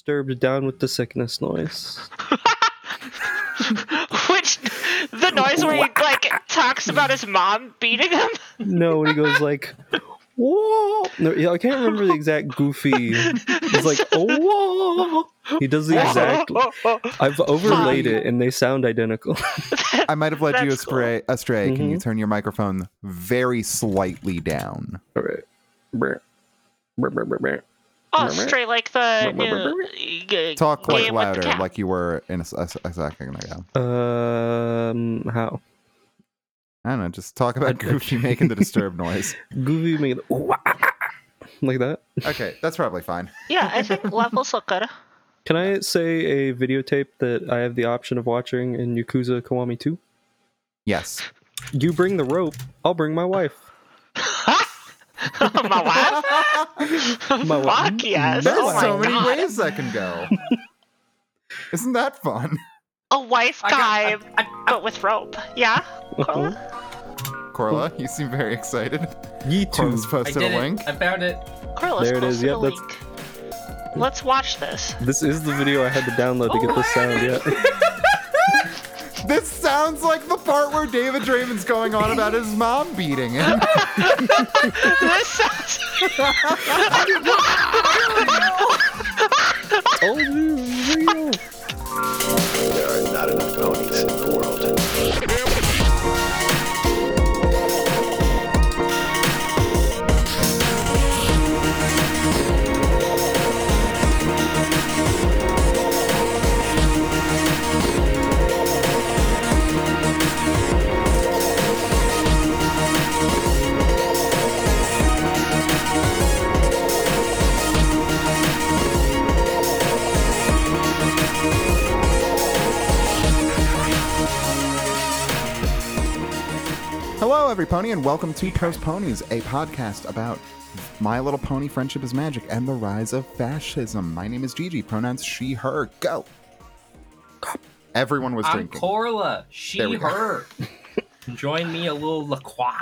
disturbed down with the sickness noise. Which the noise where he like talks about his mom beating him. No, and he goes like, "Whoa!" No, yeah, I can't remember the exact goofy. He's like, "Oh, whoa!" He does the exact. Oh, I've overlaid it, and they sound identical. I might have led you That's cool. astray. astray. Can Mm-hmm. you Mhm. turn your microphone very slightly down? All right. Brr. Brr, brr, brr, brr. Oh, straight like the new, uh, Talk like game with the louder, cat. like you were in a, s- a s- a second ago. Um, how? I don't know. Just talk about Okay. Goofy making the disturb noise. Goofy made like that. Okay, that's probably fine. yeah. I think levels look good. Can I say a videotape that I have the option of watching in Yakuza Kiwami 2? Yes. You bring the rope, I'll bring my wife. Oh, My wife. My wife. Fuck yes. There's oh my so many god. ways that can go. Isn't that fun? A wife I guy, got- I- I- but with rope. Yeah. Uh-huh. Corla, you seem very excited. Ye too. Corla's I posted did a link. it. I found it. Corliss There it is. posted Yep, a that's- link. Let's watch this. This is the video I had to download to get this sound. Yeah. This sounds like the part where David Draven's going on about his mom beating him. this sounds. Oh Told you, it was real. There are not enough ponies in the world. Hello, everypony, and welcome to Post Ponies, a podcast about My Little Pony Friendship is Magic and the rise of fascism. My name is Gigi, pronouns she, her. Go. Everyone was I'm drinking. Corla. She, There we go. her. Join me a little La Croix.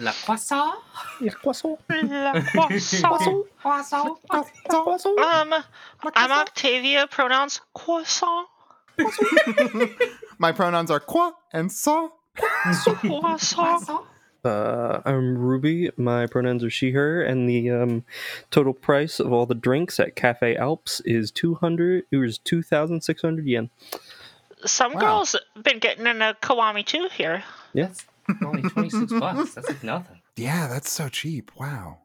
La Croissant? croissant. Croissant? Um, I'm Octavia. Pronouns croissant. My pronouns are qua and sa. Croissant. Uh, I'm Ruby. My pronouns are she, her, and the um, total price of all the drinks at Cafe Alps is 200. It was 2,600 yen. Some Wow. girls been getting in a Kiwami too here. Yes. Only 26 bucks. That's like nothing. Yeah, that's so cheap. Wow.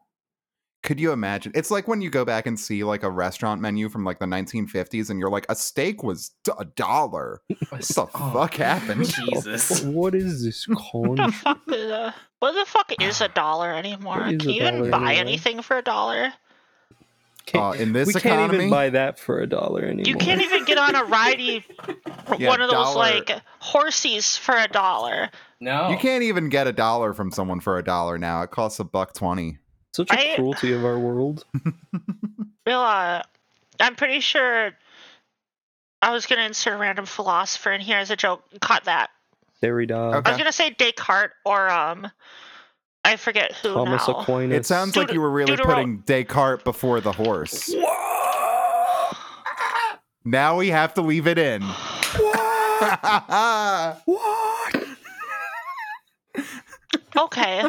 Could you imagine? It's like when you go back and see like a restaurant menu from like the 1950s and you're like, a steak was d- a dollar. What the Oh. fuck happened? Jesus. What is this con? The fuck is a, what the fuck is a dollar anymore? What is Can a you even dollar buy anyway? anything for a dollar? Uh, in this we can't economy, even buy that for a dollar anymore. You can't even get on a ridey Yeah, one of those dollar- like horsies for a dollar. No. Oh. you can't even get a dollar from someone for a dollar now. It costs a buck twenty. Such a I- cruelty of our world. Well, uh, I'm pretty sure I was gonna insert a random philosopher in here as a joke. Caught that. There we die. Okay. I was gonna say Descartes or um, I forget who Thomas now. Aquinas. It sounds Dude- like you were really Deutero- putting Descartes before the horse. Now we have to leave it in. okay,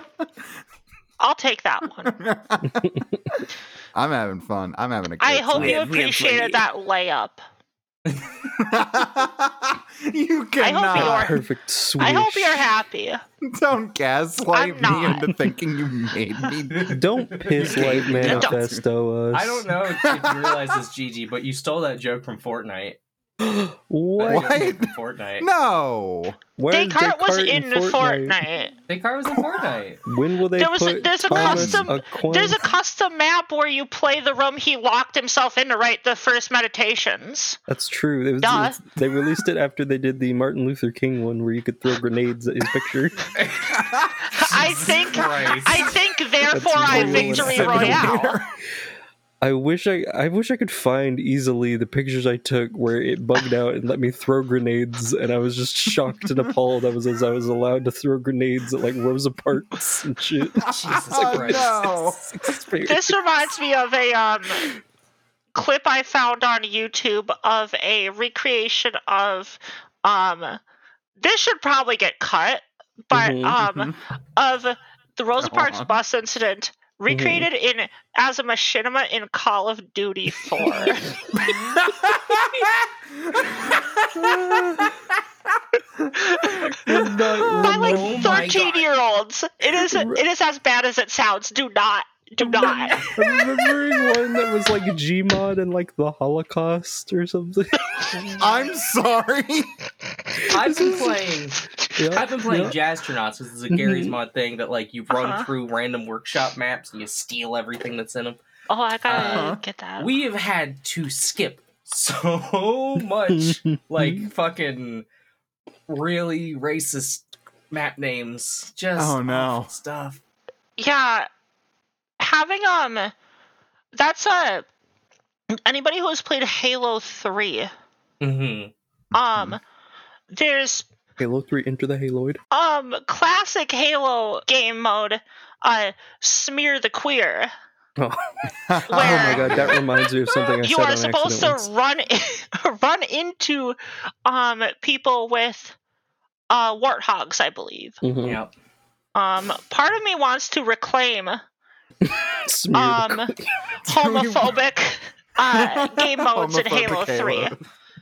I'll take that one. I'm having fun. I'm having a good I hope time. you appreciated that layup. you I hope cannot. you're- perfect. Swoosh. I hope you're happy. Don't gaslight I'm me not. into thinking you made me. Don't piss light manifesto us. I don't know if you realize this, Gigi, but you stole that joke from Fortnite. That What? joke came What? From Fortnite. No. Where is Descartes, was in and Fortnite. Big car was in Fortnite. When will they There was a- put there's a Thomas custom- Aquinas- There's a custom map where you play the room he locked himself in to write the first meditations. That's true. It was- Duh. it's- they released it after they did the Martin Luther King one, where you could throw grenades at his picture. I think Christ. I think therefore I hilarious. victory Send it royale. here. I wish I, I wish I could find easily the pictures I took where it bugged out and let me throw grenades, and I was just shocked and appalled. I was as I was allowed to throw grenades at like Rosa Parks and shit. Jesus Oh, Christ. no. It's weird. This reminds me of a um clip I found on YouTube of a recreation of um this should probably get cut, but Mm-hmm, Mhm, um of the Rosa Go Parks on. bus incident recreated Mm-hmm. in as a machinima in Call of Duty 4. You're not By like Oh 13 my God. year olds. It is it is as bad as it sounds. Do not do not. I'm remembering one that was like Gmod and like the Holocaust or something. I'm sorry. I've been playing. Yeah, I've been playing yeah. Jazztronauts, which is a Gary's Mhm. Mm-hmm. mod thing that like you run Uh-huh. through random workshop maps and you steal everything that's in them. Oh, I gotta Uh, get that. We have had to skip so much like fucking really racist map names. Just Oh, no. awful stuff. yeah having um that's a anybody who has played halo 3 um Mm-hmm. there's Halo 3, Enter the Haloid. um classic halo game mode uh smear the queer Oh Where- my god, that reminds me of something I you said are on supposed accident to run run into um people with uh warthogs i believe once. Mhm. Yep. um part of me wants to reclaim Smear the um homophobic uh game modes in Homophobic halo 3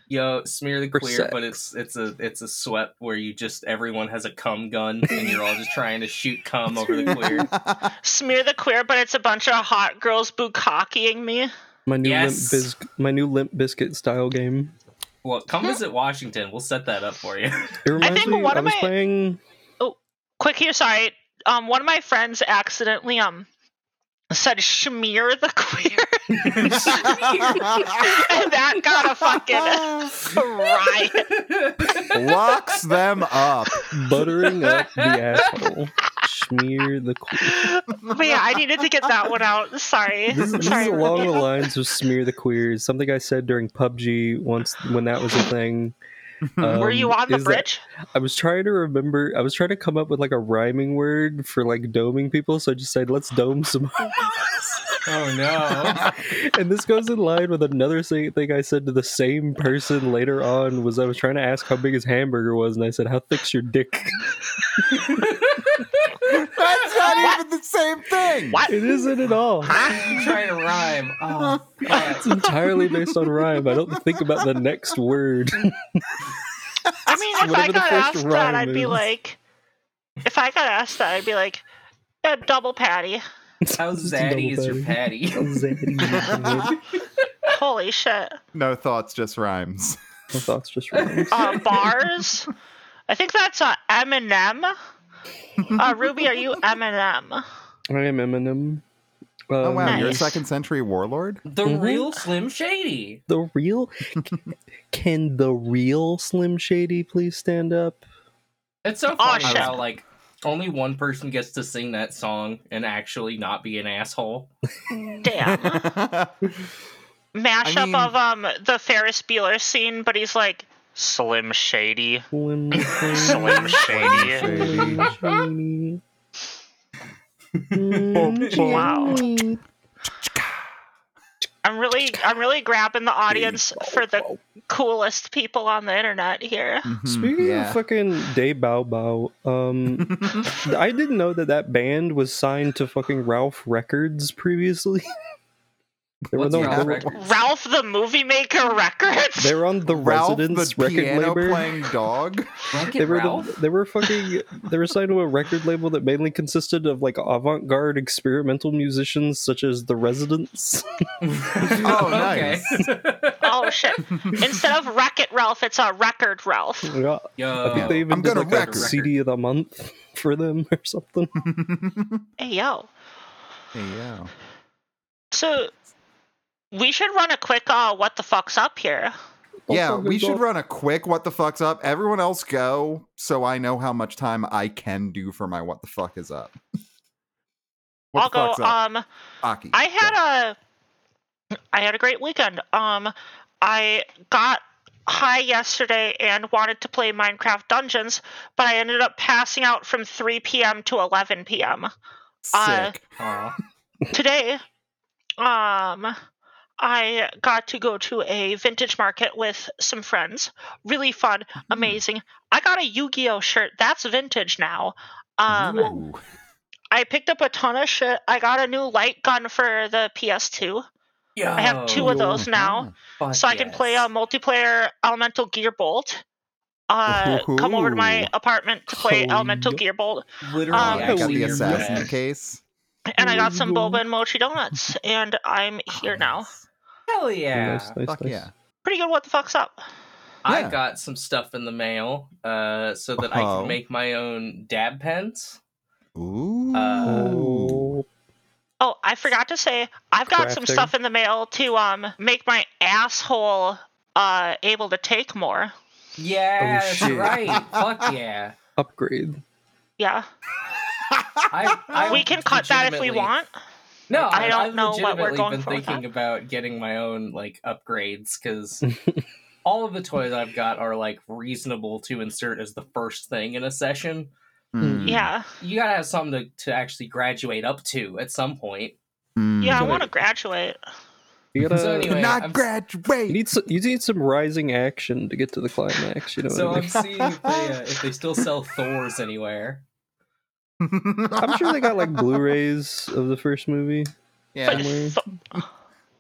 Yo, smear the For queer, but it's it's a it's a sweat where you just everyone has a cum gun and you're all just trying to shoot cum over the queer. smear the queer, but it's a bunch of hot girls bukakiing me. My new Yes. limp bisc my new limp biscuit style game. Well, come visit Washington. We'll set that up for you. It reminds think me one I of was my- playing Quick here, sorry. Um, one of my friends accidentally um said smear the queer, and that got a fucking riot. Locks them up. buttering up the asshole. Smear the queer. But yeah, I needed to get that one out. Sorry, This, this sorry. is along the lines of smear the queers. Something I said during PUBG once when that was a thing. Um, Were you on the is that- bridge? I was trying to remember. I was trying to come up with like a rhyming word for like doming people, so I just said, "Let's dome some." oh no. and this goes in line with another sa- thing I said to the same person later on. Was I was trying to ask how big his hamburger was, and I said, "How thick's your dick?" That's not even the same thing. What? It isn't at all. I'm trying to rhyme. Oh, It's entirely based on rhyme. I don't think about the next word. I mean, if I whatever the got first asked that, rhyme I'd be is. like, if I got asked that, I'd be like, a double patty. how It's a zaddy is double your patty. patty? How zaddy is your- Holy shit. No thoughts, just rhymes. My thoughts just rhymes. uh, bars. I think that's uh, Eminem. Uh, Ruby, are you Eminem? I am Eminem. Oh Um, wow, you're a Nice. second century warlord? The Mhm. real Slim Shady. the real can the real slim shady please stand up It's so Aw, funny shit. how like only one person gets to sing that song and actually not be an asshole. Damn. Mashup I mean- of um the Ferris Bueller scene, but he's like Slim Shady. slim Slim slim Shady. Slim shady Mm, Wow. shady. I'm really I'm really grabbing the audience for the coolest people on the internet here. Mhm, Speaking yeah. of fucking Day Bao Bao, um, I didn't know that that band was signed to fucking Ralph Records previously. they, were What's on, wrong they, with were, records? Ralph the Movie Maker Records. they were on the Ralph Residence the record piano label. playing dog. Drunk they it, were Ralph. The, they were fucking they were signed to a record label that mainly consisted of like avant-garde experimental musicians such as the residents Oh, nice. Oh shit! Instead of Wreck It Ralph, it's a uh, Record Ralph. yeah Yo, i think they even Oh. I'm did gonna like record. a cd of the month for them or something Hey yo. Yeah. So we should run a quick uh what the fuck's up here. Yeah, Also, we good should job. run a quick what the fuck's up. Everyone else go so I know how much time I can do for my what the fuck is up. What I'll the fuck's go up? um Aki. I had a I had a great weekend. Um I got high yesterday and wanted to play Minecraft Dungeons, but I ended up passing out from 3 p.m. to 11 p.m. Sick. uh, Aw. Today um I got to go to a vintage market with some friends. Really fun, Hmm. amazing. I got a Yu Gi Oh shirt. That's vintage now. Um, Ooh. I picked up a ton of shit. I got a new light gun for the PS2, Yeah, I have two of those now, so I can play a multiplayer Elemental Gear Bolt. Uh, come over to my Ooh. apartment to play Holy Elemental yo- Gear Bolt, Literally, Oh, Um, yeah, I got the Holy assassin yes. case. and I got Holy some yo- boba and mochi donuts, and I'm here now. Hell yeah! Nice, nice, Fuck nice. yeah. Pretty good. What the fuck's up? I Yeah. got some stuff in the mail, uh, so that I Oh. can make my own dab pens. Ooh. Oh, Oh, I forgot to say I've got some Crafting. stuff in the mail to um make my asshole uh able to take more. Yeah, Oh, that's shit. right. Fuck yeah! upgrade. Yeah, I, I we can cut that if we legitimately- want. No, I don't I've know what we're legitimately going been for with thinking about getting my own like upgrades because all of the toys I've got are like reasonable to insert as the first thing in a session. Mm. Yeah, You gotta have something to, to actually graduate up to at some point. Mm. yeah, I Gotta- want to graduate. You gotta. So anyway- Could not I'm s- graduate. You need some, you need some rising action to get to the climax. You know so what I I'm mean? seeing if they, uh, if they still sell Thors anywhere. I'm sure they got like Blu-rays of the first movie. But Yeah, Somewhere. fu-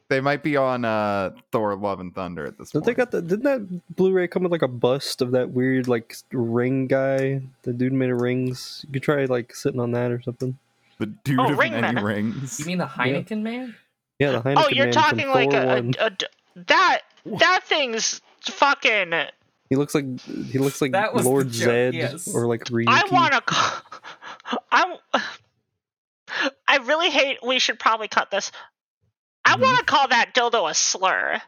they might be on uh, Thor: Love and Thunder at this Don't point. they got the? Didn't that Blu-ray come with like a bust of that weird like ring guy? The dude made of rings. You could try like sitting on that or something. the dude Oh, of Ring many Man. rings. You mean the Heineken man? Yeah, the Heineken oh, you're man talking from like Thor a, 1. a, a d- that that thing's fucking. He looks like he looks like That was the Lord joke, Zed yes. or like Ryuki. I want to. I I really hate. We should probably cut this. I Mm-hmm. Mhm. want to call that dildo a slur.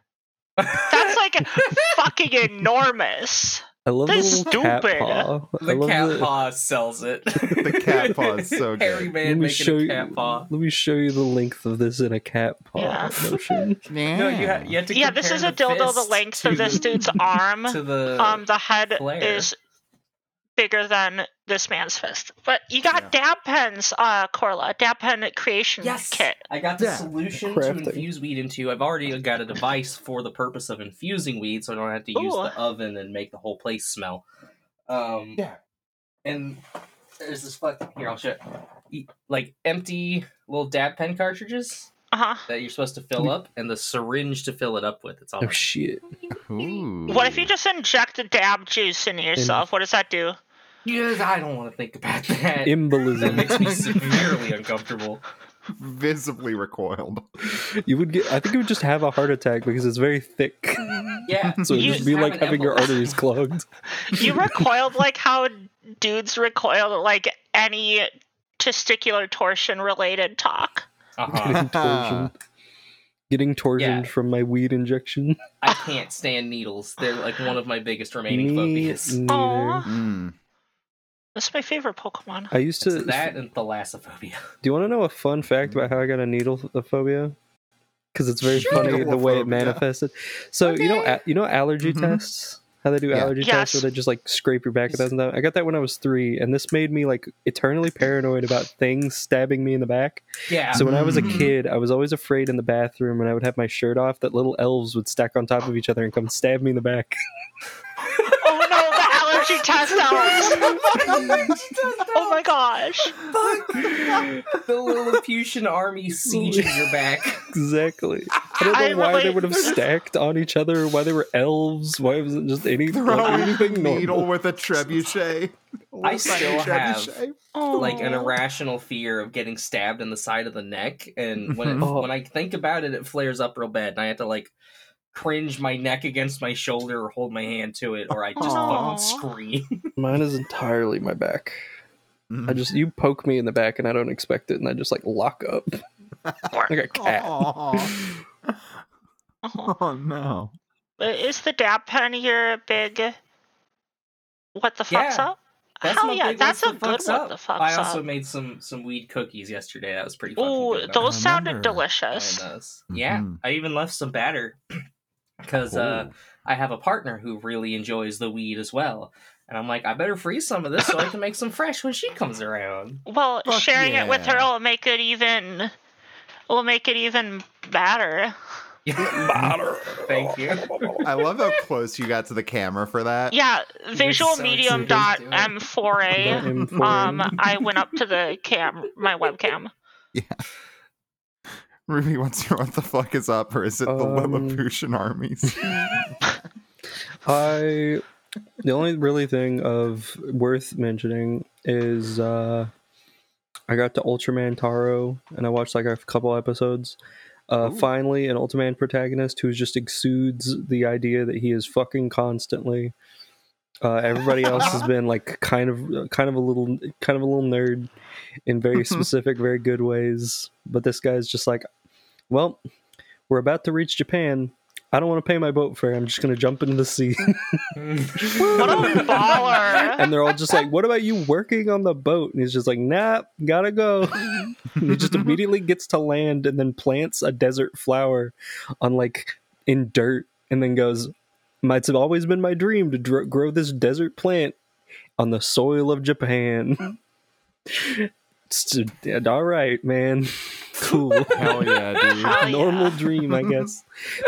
That's like fucking enormous. I love the That's little cat stupid. paw. I The love cat the- paw sells it. the cat paw is so good. Hairy Let man me making show a you. cat paw. Let me show you the length of this in a cat paw Yeah. motion. Yeah. No, you, ha- you have to. Yeah, this compare is a the dildo the fist length to of this the- dude's arm. To the um, the head flare. is bigger than this man's fist. But you got Yeah. dab pens, uh, Corla, dab pen creation kit. I got the Yeah. solution Crafting. to infuse weed into. I've already got a device for the purpose of infusing weed, so I don't have to use Ooh. the oven and make the whole place smell. Um, Yeah. And there's this fucking here. I'll show. you. E, Like empty little dab pen cartridges Uh huh. that you're supposed to fill up, and the syringe to fill it up with. It's all. Mm. Oh shit! Ooh. What if you just inject dab juice into yourself? What does that do? Yes, I don't want to think about that. that Embolism. makes me severely uncomfortable. visibly recoiled? you would get. I think you would just have a heart attack because it's very thick. Yeah. So it'd You just be have like an having your embolism. arteries clogged. You recoiled like how dudes recoil at, like any testicular torsion related talk. Uh-huh. Getting Ah. torsion. Getting torsion from my weed injection. I can't stand needles. They're like one of my biggest remaining Me phobias. neither. Aw. Mm. That's my favorite Pokemon. I used to. It's that and thalassophobia. Do you want to know a fun fact about how I got a needle a phobia? Because it's very Sure. funny the way Needlephobia. it manifested. So you know, a- you know, allergy Mm-hmm. Mhm. tests. How they do Yeah. allergy tests, Yes. where they just like scrape your back a thousand times. I got that when I was three, and this made me like eternally paranoid about things stabbing me in the back. Yeah. So when I was a Mm-hmm. Mhm. kid, I was always afraid in the bathroom, and I would have my shirt off that little elves would stack on top of each other and come stab me in the back. Oh no, the allergy test out. Oh my gosh. the Lilliputian army sieging your back. exactly. I don't know I why they relate. would have stacked on each other. Why they were elves? Why wasn't just any like, Throwing the anything normal? needle with a trebuchet. I still have Oh. like an irrational fear of getting stabbed in the side of the neck, and when it, Mhm. when I think about it, it flares up real bad, and I have to like cringe my neck against my shoulder or hold my hand to it, or I just Aw. fucking scream. Mine is entirely my back. Mhm. I just you poke me in the back and I don't expect it, and I just like lock up like a cat. Aw. Uh-huh. Oh no. Uh, Is the dab pen your big what the fuck's Yeah. up? That's Hell my yeah, big that's what a the good fucks what up. the fucks I also up. made some some weed cookies yesterday. That was pretty. fucking Ooh, good. those sounded remember. delicious. on those. Yeah, Mhm. I even left some batter because uh, I have a partner who really enjoys the weed as well, and I'm like, I better freeze some of this so I can make some fresh when she comes around. Well, Fuck sharing it with her yeah. will make it even will make it even better. Thank you. I love how close you got to the camera for that. Yeah, visual so medium serious, dot dude. m4a. Um, I went up to the cam, my webcam. Ruby wants to know what the fuck is up, or is it the Um, Lilliputian armies? I the only really thing of worth mentioning is uh I got to Ultraman Taro and I watched like a couple episodes. Uh, Ooh. finally, an Ultraman protagonist who just exudes the idea that he is fucking constantly. Uh, everybody else has been like kind of, kind of a little, kind of a little nerd in very specific, very good ways. But this guy's just like, well, we're about to reach Japan. I don't want to pay my boat fare. I'm just going to jump into the sea. What a baller! and they're all just like, "What about you working on the boat?" And he's just like, "Nah, gotta go." and he just immediately gets to land and then plants a desert flower on like in dirt, and then goes, "My- "It's always been my dream to dr- grow this desert plant on the soil of Japan." It's just- yeah, all right, man. Cool. Hell yeah, dude. Hell Normal Ah, yeah. dream, I guess.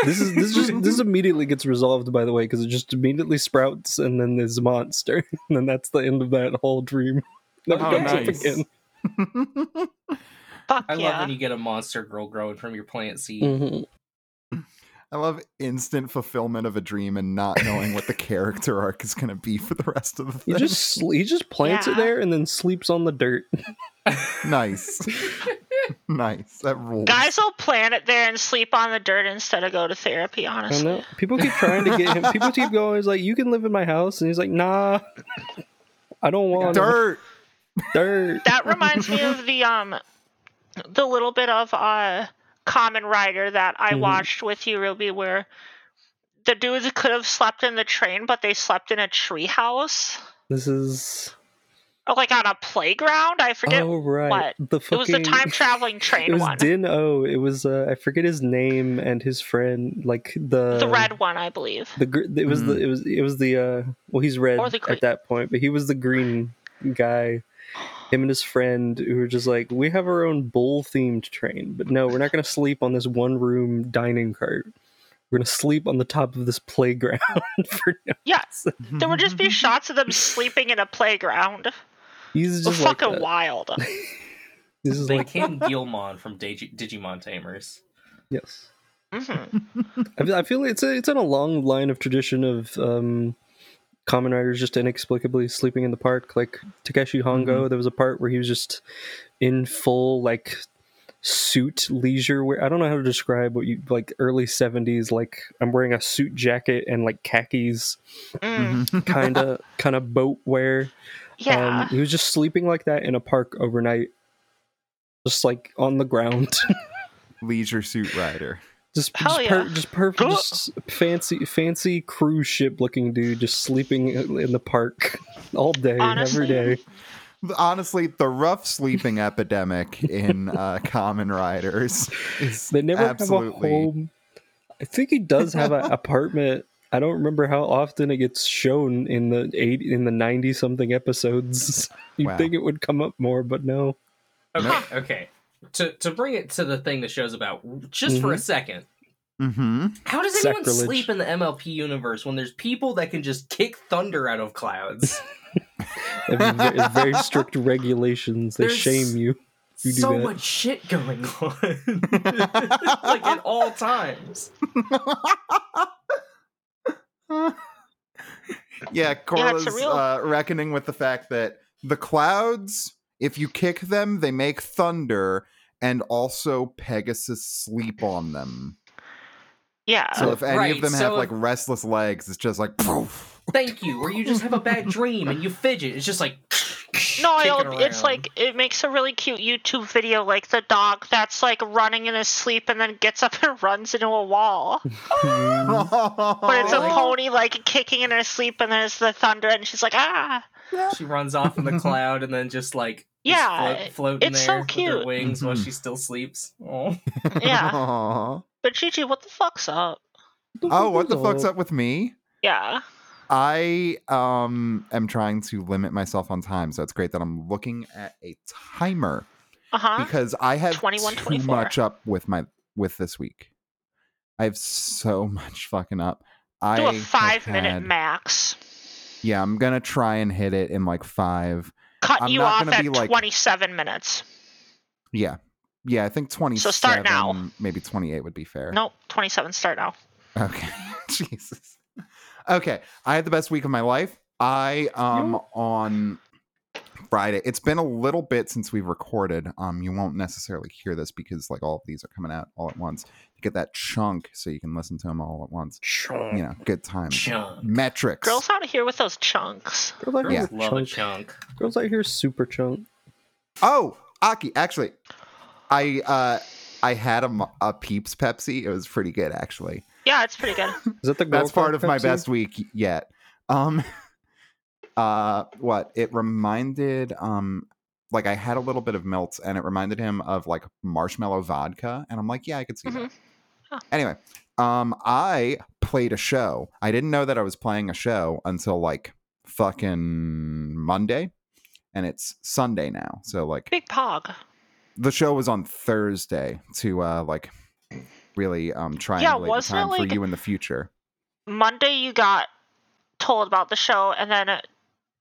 This is this just this immediately gets resolved by the way because it just immediately sprouts and then there's a monster and then that's the end of that whole dream. Never Oh, comes nice. up again. Fuck I love yeah. when you get a monster girl growing from your plant seed. Mhm. I love instant fulfillment of a dream and not knowing what the character arc is going to be for the rest of the He thing. just sl- he just plants it Yeah. there and then sleeps on the dirt. Nice. nice. That rules. Guys will plant it there and sleep on the dirt instead of go to therapy, I don't honestly. know. People keep trying to get him. People keep going. He's like, "You can live in my house," and he's like, "Nah, I don't want dirt." Dirt. dirt. That reminds me of the um the little bit of uh Common Rider that I Mhm. watched with you, Ruby, where the dudes could have slept in the train, but they slept in a treehouse. This is Or like on a playground. I forget oh right. what. The it was fucking the time traveling it train was one. Din O. It was uh, I forget his name and his friend like the the red one, I believe. the gr- it was the it was it was the uh well he's red Or the green. at that point but he was the green guy him and his friend who were just like we have our own bull themed train but no we're not going to sleep on this one room dining cart we're going to sleep on the top of this playground for now. Yeah. There would just be shots of them sleeping in a playground. he's It just was like fucking that. wild. this is They like came Gilmon from Digi- Digimon Tamers. yes Mhm. I feel- I feel it's a, it's in a long line of tradition of um, common riders just inexplicably sleeping in the park. Like Takeshi Hongo, there was a part where he was just in full like suit leisure wear. I don't know how to describe what you like early seventies. Like I'm wearing a suit jacket and like khakis, Mm-hmm. Mm. kind of kind of boat wear. Um, Yeah. he was just sleeping like that in a park overnight, just like on the ground. Mm-hmm. Leisure suit rider. just Hell just, per, yeah. just perfect, Cool. just fancy, fancy cruise ship looking dude just sleeping in the park all day, Honestly. every day. Honestly, the rough sleeping epidemic in uh, Common Riders is They never have a absolutely home. I think he does have an apartment. I don't remember how often it gets shown in the eight in the ninety something episodes. You'd Wow. think it would come up more, but no. Okay, okay. To to bring it to the thing the show's about, just for a second. hmm How does anyone Sacrilege. sleep in the MLP universe when there's people that can just kick thunder out of clouds? There's ve- there's very strict regulations. They There's- shame you. You do so that. much shit going on, like at all times. Yeah, Corla's real- uh, reckoning with the fact that the clouds, if you kick them, they make thunder, and also Pegasus sleep on them. yeah. So if any right, of them so have if- like restless legs, it's just like poof. Thank you, or you just have a bad dream and you fidget. It's just like No, kicking it'll, it's around. like it makes a really cute YouTube video, like the dog that's like running in his sleep and then gets up and runs into a wall. Oh, But it's a pony like kicking in her sleep, and there's the thunder, and she's like, ah, she runs off in the cloud and then just like is Yeah, float- floating it's so there with cute. her wings while Mhm. she still sleeps. Oh. yeah. Aw. but Gigi, what the fuck's up? Oh, what the fuck's up with me? Yeah. I um am trying to limit myself on time, so it's great that I'm looking at a timer Uh huh. because I have 21, too 24. much up with my with this week. I have so much fucking up. Do I a five minute had, max. Yeah, I'm gonna try and hit it in like five. Cut I'm you not off gonna at be, like- 27 minutes. Yeah, yeah. I think twenty. start now. Maybe twenty eight would be fair. Nope, 27 start now. Okay. Jesus. Okay. I had the best week of my life. I um on Friday. It's been a little bit since we've recorded. Um, you won't necessarily hear this because like all of these are coming out all at once. You get that chunk so you can listen to them all at once. You know, good time. Chunk. Metrics. Girls out of here with those chunks. Girls out Yeah. here, Love a chunk. chunk. Girls out here, super chunk. Oh, Aki, actually, I uh I had a, mo- a Peeps Pepsi. It was pretty good actually. Yeah, it's pretty good. Is that the girl that's part called of my Pepsi? best week yet um uh what it reminded um like i had a little bit of melts and it reminded him of like marshmallow vodka and i'm like yeah i could see Mhm. that Huh. anyway um i played a show i didn't know that i was playing a show until like fucking monday and it's sunday now so like Big pog. the show was on thursday to uh like really um triangulate the wasn't it, time like- for you in the future Monday you got told about the show, and then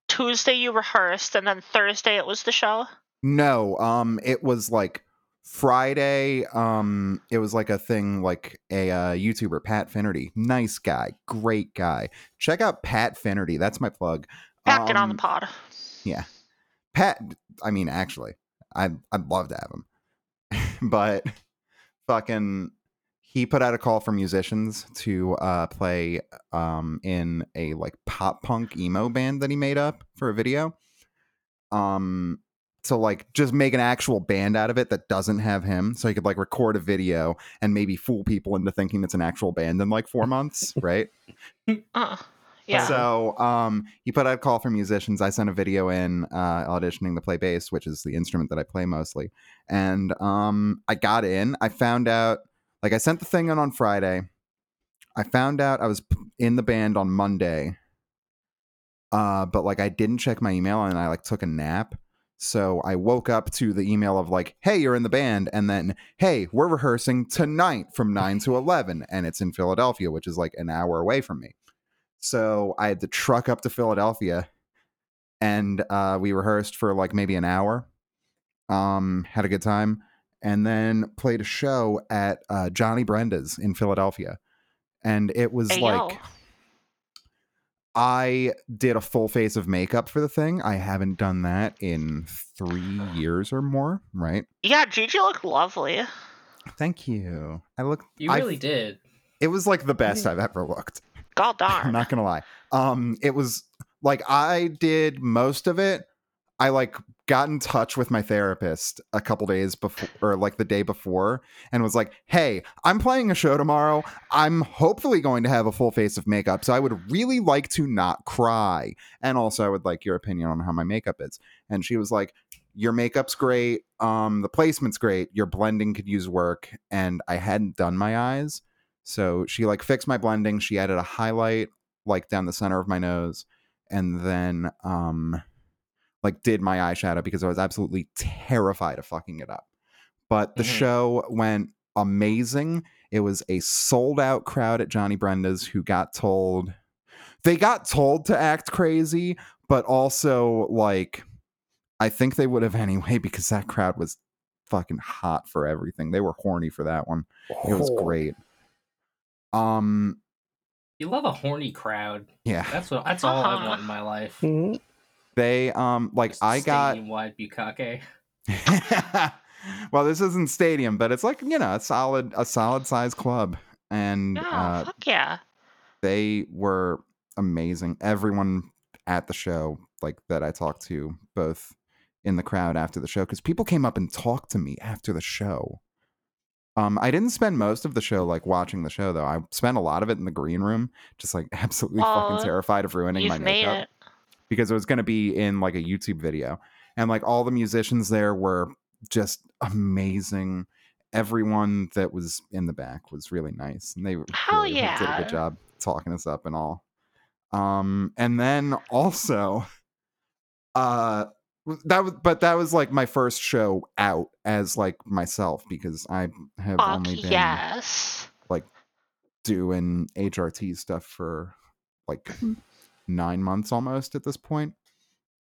Tuesday you rehearsed, and then Thursday it was the show. No, um, it was like Friday. Um, it was like a thing, like a uh, YouTuber, Pat Finnerty, nice guy, great guy. Check out Pat Finnerty. That's my plug. Packed it on the Um, pod. Pat. I mean, actually, I I'd love to have him, but fucking, he put out a call for musicians to uh, play um in a like pop punk emo band that he made up for a video. Um, to like just make an actual band out of it that doesn't have him, so he could like record a video and maybe fool people into thinking it's an actual band in like four months, right? Uh, yeah. So um, he put out a call for musicians. I sent a video in uh, auditioning to play bass, which is the instrument that I play mostly. And um, I got in. I found out, like, I sent the thing in on Friday. I found out I was p- in the band on Monday. Uh, but like, I didn't check my email and I like took a nap. So I woke up to the email of like, "Hey, you're in the band," and then, "Hey, we're rehearsing tonight from nine to 11, and it's in Philadelphia, which is like an hour away from me." So I had to truck up to Philadelphia and uh, we rehearsed for like maybe an hour. Um, had a good time and then played a show at uh, Johnny Brenda's in Philadelphia. And it was Hey, like yo. I did a full face of makeup for the thing. I haven't done that in 3 years or more, right? Yeah, Gigi looked lovely. Thank you. I look You I- really did. it was like the best I've ever looked. God I'm darn. not gonna lie. Um, it was like I did most of it. I like got in touch with my therapist a couple days before, or like the day before, and was like, "Hey, I'm playing a show tomorrow. I'm hopefully going to have a full face of makeup, so I would really like to not cry, and also I would like your opinion on how my makeup is." And she was like, "Your makeup's great. Um, the placement's great. Your blending could use work." And I hadn't done my eyes, so she like fixed my blending. She added a highlight like down the center of my nose and then um like did my eyeshadow because I was absolutely terrified of fucking it up. But the Mhm. show went amazing. It was a sold out crowd at Johnny Brenda's who got told they got told to act crazy, but also like I think they would have anyway because that crowd was fucking hot for everything. They were horny for that one. It was great. Um, You love a horny crowd. yeah, That's what. That's all I Uh-huh. want in my life. Mhm. they um like I got. wide bukake. well, this isn't stadium, but it's like you know a solid a solid size club, and Yeah, uh, fuck yeah. they were amazing. Everyone at the show, like that I talked to, both in the crowd after the show, because people came up and talked to me after the show. Um, I didn't spend most of the show like watching the show though. I spent a lot of it in the green room, just like absolutely Aw, fucking terrified of ruining my You've made makeup it. because it was going to be in like a YouTube video. And like all the musicians there were just amazing. Everyone that was in the back was really nice. And they Hell really did a yeah. good job talking us up and all. Um, and then also, uh, that was, but that was like my first show out as like myself because I have Fuck only been yes. doing HRT stuff for like Mm-hmm. nine months almost at this point.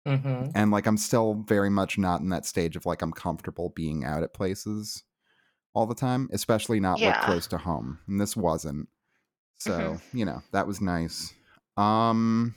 Mm-hmm. And like I'm still very much not in that stage of like I'm comfortable being out at places all the time, especially not like Yeah. close to home. And this wasn't. So, Mhm. you know, that was nice. Um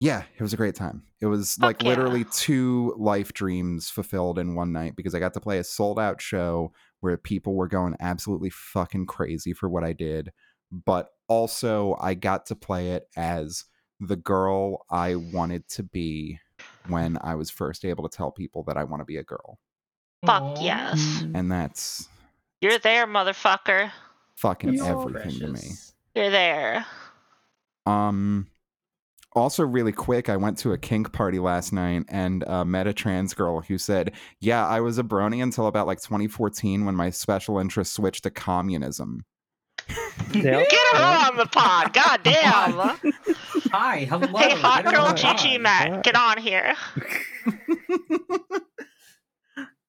Yeah, it was a great time. It was Fuck like yeah. literally two life dreams fulfilled in one night because I got to play a sold out show where people were going absolutely fucking crazy for what I did, but also I got to play it as the girl I wanted to be when I was first able to tell people that I want to be a girl. Fuck yes. And that's You're there, motherfucker. fucking You're everything to me. You're there. Um also really quick, I went to a kink party last night and uh, met a trans girl who said, "Yeah, I was a brony until about like 2014 when my special interest switched to communism." Yeah. Get her on the pod. God damn. Hi, hello. Hey, hot get her girl on the Gigi pod. Matt, get on here.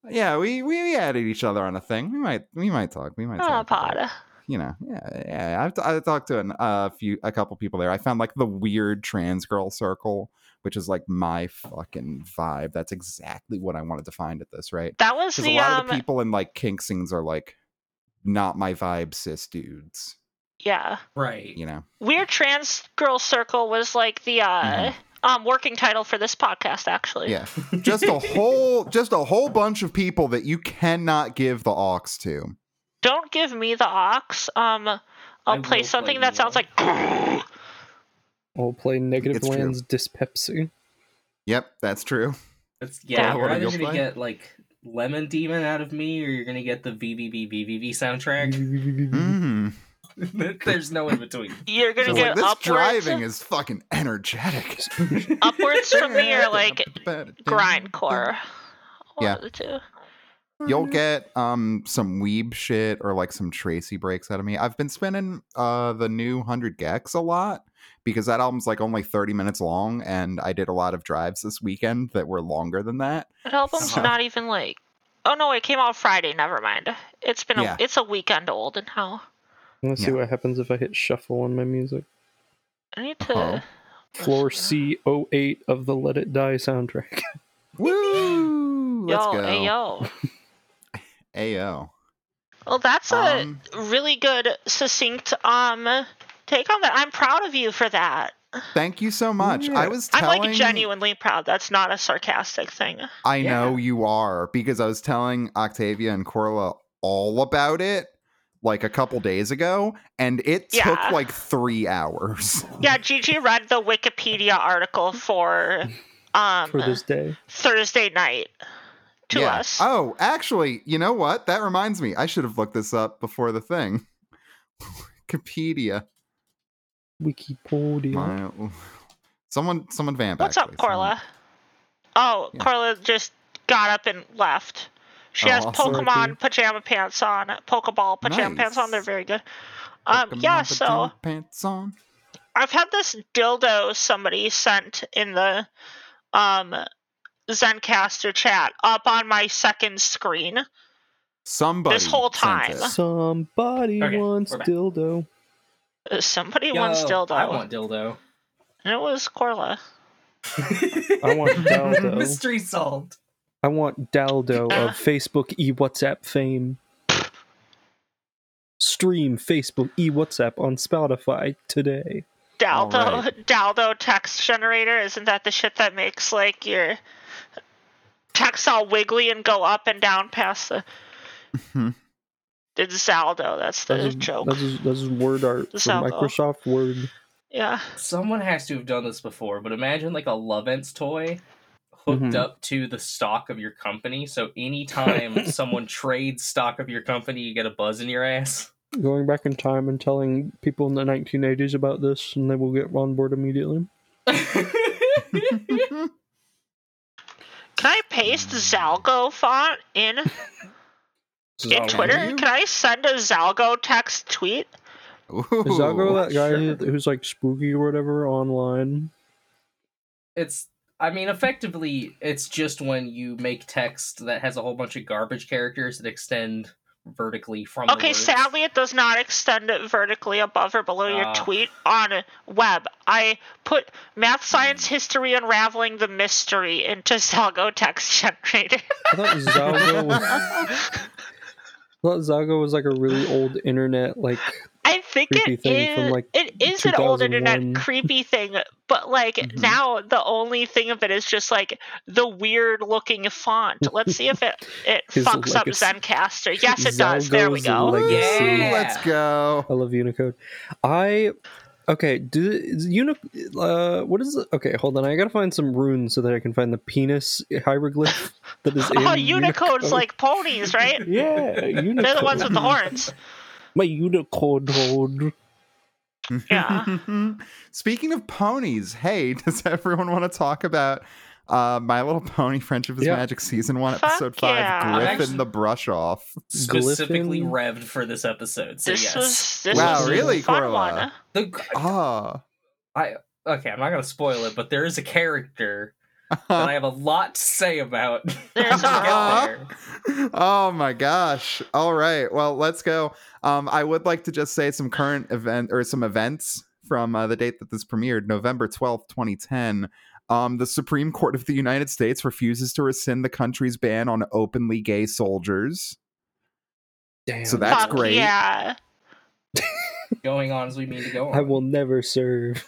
Yeah, we we, we added each other on a thing. We might we might talk. We might On the talk. about- pod. you know, yeah, yeah. I've, t- I've talked to an, a few, a couple people there. I found like the weird trans girl circle, which is like my fucking vibe. That's exactly what I wanted to find at this, right? That was Because a the lot of um the people in like kink scenes are like, not my vibe, cis dudes. yeah. Right. You know, Weird Trans Girl Circle was like the uh Mhm. um working title for this podcast actually. yeah. Just a whole, just a whole bunch of people that you cannot give the aux to. Don't give me the ox. Um I'll I play will something play that you sounds one. like I'll I'll play Negative It's true. Land's Dyspepsy. Yep, that's true. That's, yeah, Yeah, you're what are either you gonna playing? get like Lemon Demon out of me, or you're gonna get the VVVVVV soundtrack. Mm. There's no in between. You're So, gonna like, get this upwards driving is fucking energetic. upwards from me or like grindcore. One Yeah. of the two. You'll get um some weeb shit or like some Tracy breaks out of me. I've been spinning uh the new 100 Gex a lot because that album's like only 30 minutes long and I did a lot of drives this weekend that were longer than that. That album's So- not even like Oh no, it came out Friday, never mind. It's been a Yeah. it's a weekend old and how Let's see Yeah. what happens if I hit shuffle on my music. I need to Uh-huh. Floor C08 of the Let It Die soundtrack. Woo! Let's yo, go. hey, yo. Ayo. Well, that's a Um, really good, succinct um take on that. I'm proud of you for that. Thank you so much. Yeah. I was telling I'm like genuinely proud. That's not a sarcastic thing. I know you are because I was telling Octavia and Corla all about it like a couple days ago and it Yeah. took like 3 hours. Yeah, Gigi read the Wikipedia article for um for this day. Thursday night to us. Oh, actually, you know what? That reminds me. I should have looked this up before the thing. Wikipedia. Wikipedia. My- someone, someone vamp. What's actually. up, Corla? Oh, Yeah. Corla just got up and left. She Oh, has I'll sort Pokemon you. pajama pants on, Pokeball pajama pants on. They're Nice. very good. Um, Someone- yeah, Pokemon so. pajama pants on. I've had this dildo somebody sent in the um Zencaster chat up on my second screen. Somebody. This whole sent time. it. Somebody Okay, wants we're back. dildo. Uh, Somebody Yo, wants dildo. I want dildo. And it was Corla. I want dildo. Mystery solved. I want Daldo of Facebook e WhatsApp fame. Stream Facebook e WhatsApp on Spotify today. Daldo Alright. Daldo text generator, isn't that the shit that makes like your text all wiggly and go up and down past the Mhm. It's Zaldo, that's the Mm-hmm. That's joke. That's just, that's just word art from Salvo. Microsoft Word. Yeah. Someone has to have done this before, but imagine like a Lovence toy hooked Mhm. up to the stock of your company. So anytime someone trades stock of your company, you get a buzz in your ass. Going back in time and telling people in the 1980s about this, and they will get on board immediately. Can I paste Mm. Zalgo font in in Zalgo. Twitter? you? Can I send a Zalgo text tweet? Ooh. Is Zalgo that guy sure. who- who's like spooky or whatever online? it's I mean, effectively, it's just when you make text that has a whole bunch of garbage characters that extend vertically from the Okay, words. sadly, it does not extend vertically above or below your Ah. tweet on web. I put math, science, Hmm. history, unraveling the mystery into Zalgo text generator. I thought Zago was, I thought Zago was like a really old internet like I think Creepy it thing is. from, like, it is an old internet 2001. creepy thing, but like Mm-hmm. Mhm. now the only thing of it is just like the weird looking font. Let's see if it it His fucks up legacy. Zencaster. Yes, it does. There we Zalgo's go. leg- Yeah. Let's go. I love Unicode. I okay. Do is Uni? Uh, what is it? Okay, hold on. I gotta find some runes so that I can find the penis hieroglyph that is. In Oh, Unicode. unicorns like ponies, right? yeah, Unicode. They're the ones with the horns. My Unicode horn. Yeah. Speaking of ponies, hey, does everyone want to talk about uh, My Little Pony: Friendship is Yeah. Magic Season One, Fuck Episode Five? yeah. Griffin Actually- the Brush Off. specifically Glyphin? revved for this episode. So This yes. was this Wow, was really, a fun Corla? one. The- Ah, okay, I'm not gonna spoil it, but there is a character that I have a lot to say about. There's We'll get a- there. oh my gosh! All right, well, let's go. Um, I would like to just say some current event or some events from uh, the date that this premiered, November twelfth, twenty ten. Um, the Supreme Court of the United States refuses to rescind the country's ban on openly gay soldiers. Damn. So that's Fuck great. Yeah. Going on as we need to go on. I will never serve.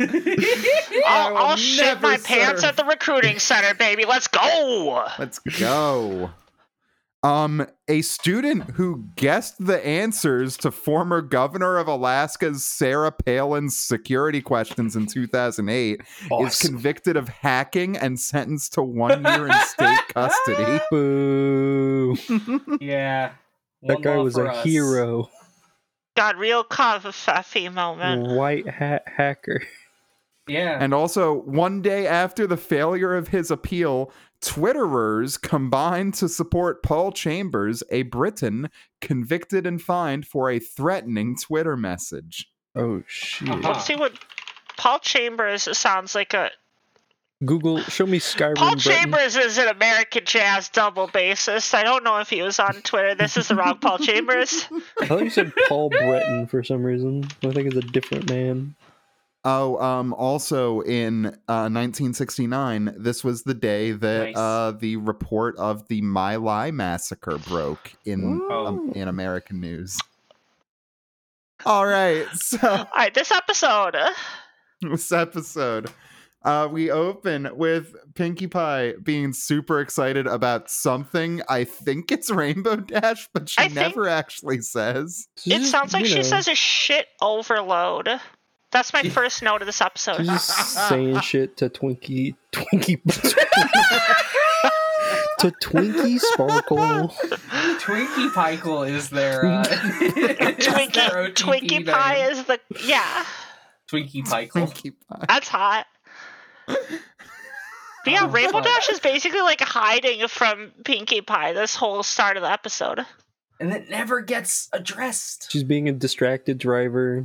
I I'll, will I'll shit never my pants serve. at the recruiting center, baby. Let's go. Let's go. Um, a student who guessed the answers to former governor of Alaska's Sarah Palin's security questions in 2008 is convicted of hacking and sentenced to one year in state custody. Boo. yeah. One That guy law was for a us. hero. Got real coffee moment. White hat hacker. Yeah. And also, one day after the failure of his appeal, Twitterers combined to support Paul Chambers, a Briton convicted and fined for a threatening Twitter message. Oh shit. Uh-huh. Let's see what Paul Chambers sounds like a Google, show me Skyrim. Paul Breton. Chambers is an American jazz double bassist. I don't know if he was on Twitter. This is the wrong Paul Chambers. I thought you said Paul Breton for some reason. I think it's a different man. Oh, um, also in uh, 1969, this was the day that Nice. uh, the report of the My Lai massacre broke in um, Ooh. in American news. All right, so All right, this episode. uh, this episode, uh, we open with Pinkie Pie being super excited about something. I think it's Rainbow Dash, but she I think- never actually says. It sounds like she says a shit overload. That's my first note of this episode. She's just saying shit to Twinkie, Twinkie, to Twinkie Sparkle. Twinkie Pikel is their uh, Twinkie, Twinkie Pie is the yeah. Twinkie Pikel. Pinkie Pie. That's hot. But yeah, Oh, Rainbow fuck. Dash is basically like hiding from Pinkie Pie this whole start of the episode. And it never gets addressed. She's being a distracted driver,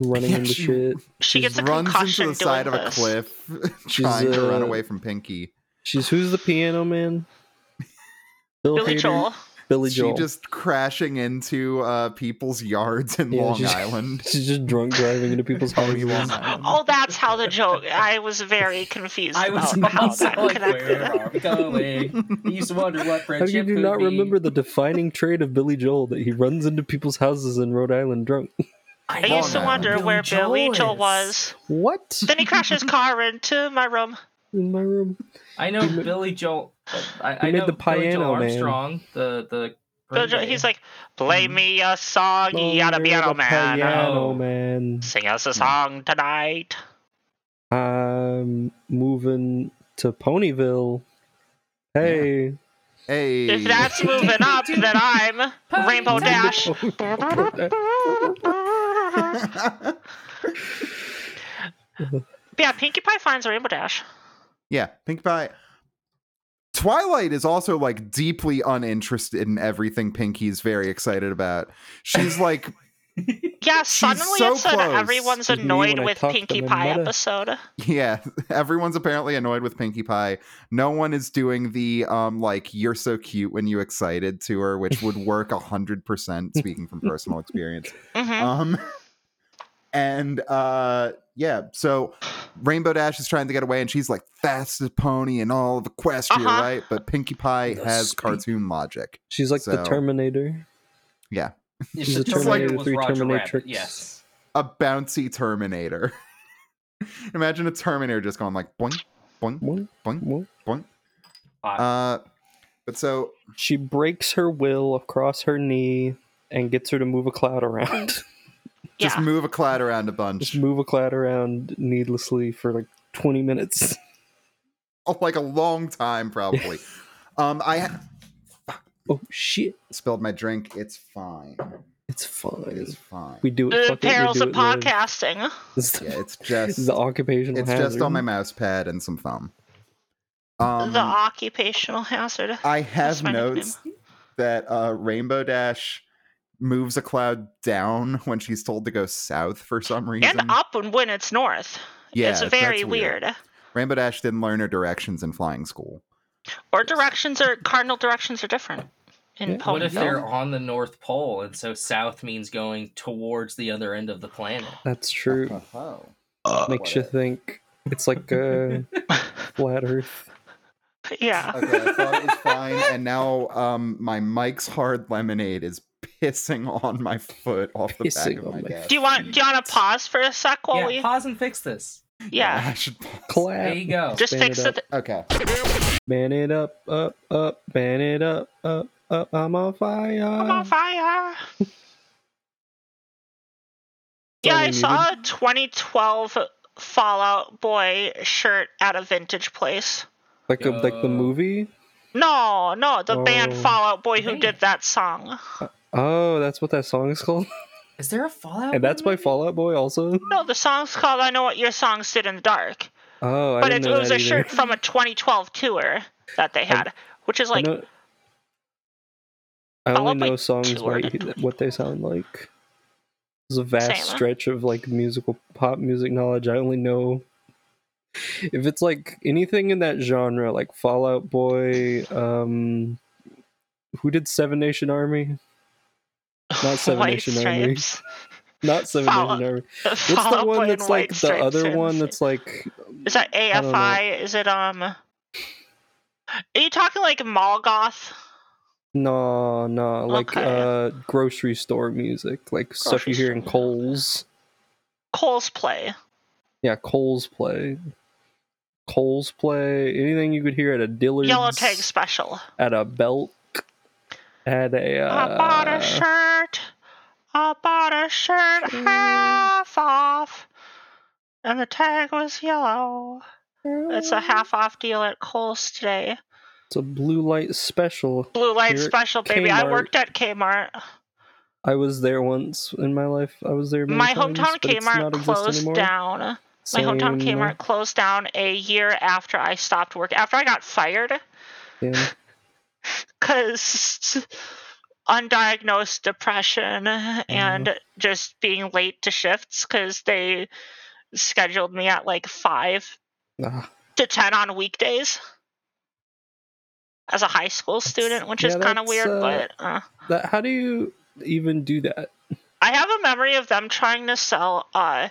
running Yeah, into she- shit. She gets a runs concussion into the side doing of a this. cliff, She's, trying to run uh, away from Pinkie. She's who's the piano man? Bill Billy Hader? Joel. Billy she Joel. just crashing into uh, people's yards in Yeah, Long she's- Island. She's just drunk driving into people's Tony Long houses. Island. Oh, that's how the joke. I was very confused I was about how also that like, connected. where are we going? I used to wonder what How do you friendship do could not be. remember the defining trait of Billy Joel that he runs into people's houses in Rhode Island drunk? I Long used to Island. wonder where Billy Joel is. was. What? Then he crashed his car into my room. In my room. I know Billy Joel. I, I made know the Billy Joel piano man. Armstrong. The the. Billy Green Joel, Day. he's like, play Mm. me a song, you gotta be Lonely a man. Piano Oh. man. Sing us Mm. a song tonight. I'm moving to Ponyville. Hey. Hey, If that's moving up, then I'm Rainbow Oh, Dash. But yeah, Pinkie Pie finds Rainbow Dash. yeah, Pink Pie. Twilight is also like deeply uninterested in everything Pinky's very excited about. She's like Yeah, suddenly so it's an close everyone's with me annoyed when I with talk to Pinkie them Pie meta. episode. Yeah, everyone's apparently annoyed with Pinkie Pie. No one is doing the um like you're so cute when you excited to her, which would work a hundred percent speaking from personal experience. hmm Um and uh yeah, so Rainbow Dash is trying to get away and she's like fastest pony and all of Equestria, Uh-huh. right? But Pinkie Pie The has speed. cartoon logic. She's like the So- Terminator. It's She's a the Terminator with three Roger Rabbit, Terminatrix. Yes. A bouncy Terminator. Imagine a Terminator just going like boing, boing, What? boing, What? boing. Hot. Uh but so She breaks her will across her knee and gets her to move a cloud around. Yeah. Just move a cloud around a bunch, Just move a cloud around needlessly for like 20 minutes. Oh, like a long time probably. um, I ha- Oh shit. spilled my drink. It's fine. It's It fine. is fine. We do it. the fuck it, we perils do of it live. podcasting. This is the, Yeah, it's this just is the occupational it's hazard. just on my mouse pad and some foam. Um, the occupational hazard. I have my nickname. notes that uh, Rainbow Dash moves a cloud down when she's told to go south for some reason. And up and when it's north. yeah, it's that's very weird. Rainbow Dash didn't learn her directions in flying school. Or directions are cardinal directions are different in Yeah. Pokemon. What if they're on the North Pole, and so south means going towards the other end of the planet? That's true. Uh-huh. Oh. Uh, Makes you think. It's like a flat Earth. Yeah. Okay, I thought it was fine, and now um, my Mike's Hard Lemonade is pissing on my foot off the Pissing back of on my my desk. Do you want do you want to pause for a sec while yeah, we pause and fix this. Yeah. I should- Clap. There you go. Just Stand fix it the th- Okay. Uh, Man it up, up, up. Man it up, up, up. I'm on fire. I'm on fire. yeah, all I we saw a 2012 Fallout Boy shirt at a vintage place. Like a, like the Yo. movie. No, no, the band Oh. Fallout Boy who Man. did that song. Oh, that's what that song is called. Is there a Fallout? And that's movie? by Fallout Boy also. No, the song's called "I Know What Your Songs Did in the Dark," Oh, I but didn't it, know it was that a either. shirt from a 2012 tour that they had, which is I like know- I I'll only play know songs two by or- what they sound like. There's a vast Same. stretch of like musical pop music knowledge. I only know if it's like anything in that genre, like Fallout Boy. Um, who did Seven Nation Army? Not Seven white Nation Army. stripes. Not Seven Fallout- Nation Army. What's What's the one that's like the other one that's like? Is that don't know. AFI? Is it um? Are you talking like Molgoth? No, no, like Okay. uh grocery store music, like stuff Grocery you hear in store. Coles. Cole's play. Yeah, Coles play. Coles play. Anything you could hear at a Dillard's, Yellow Tag Special. at a Belk, at a I bought uh, a shirt. I bought a shirt half off. And the tag was yellow. It's a half off deal at Kohl's today. it's a blue light special. Blue light Here at special, baby. I Kmart. worked at Kmart. I was there once in my life. I was there. Many My times, hometown but it's not Kmart exist closed anymore. down. My hometown Same, Kmart closed down a year after I stopped work. After I got fired, yeah. because undiagnosed depression Mm-hmm. and just being late to shifts because they scheduled me at like 5 Ah, to 10 on weekdays as a high school student, which is yeah, kind of that's, weird, uh, but uh, that, how do you even do that? I have a memory of them trying to sell uh,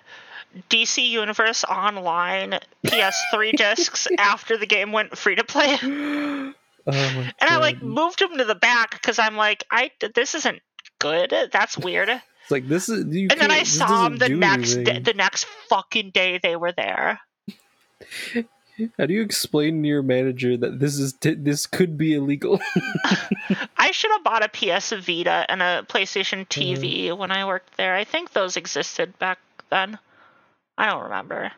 DC Universe Online PS3 discs after the game went free to play. oh my And I God. like moved them to the back because I'm like, I this isn't good. That's weird. And It's like this is. You then can't- I this saw them doesn't the do next day, anything. the next fucking day they were there. How do you explain to your manager that this is t- this could be illegal? I should have bought a PS Vita and a Uh-huh. PlayStation TV when I worked there. I think those existed back then. I don't remember.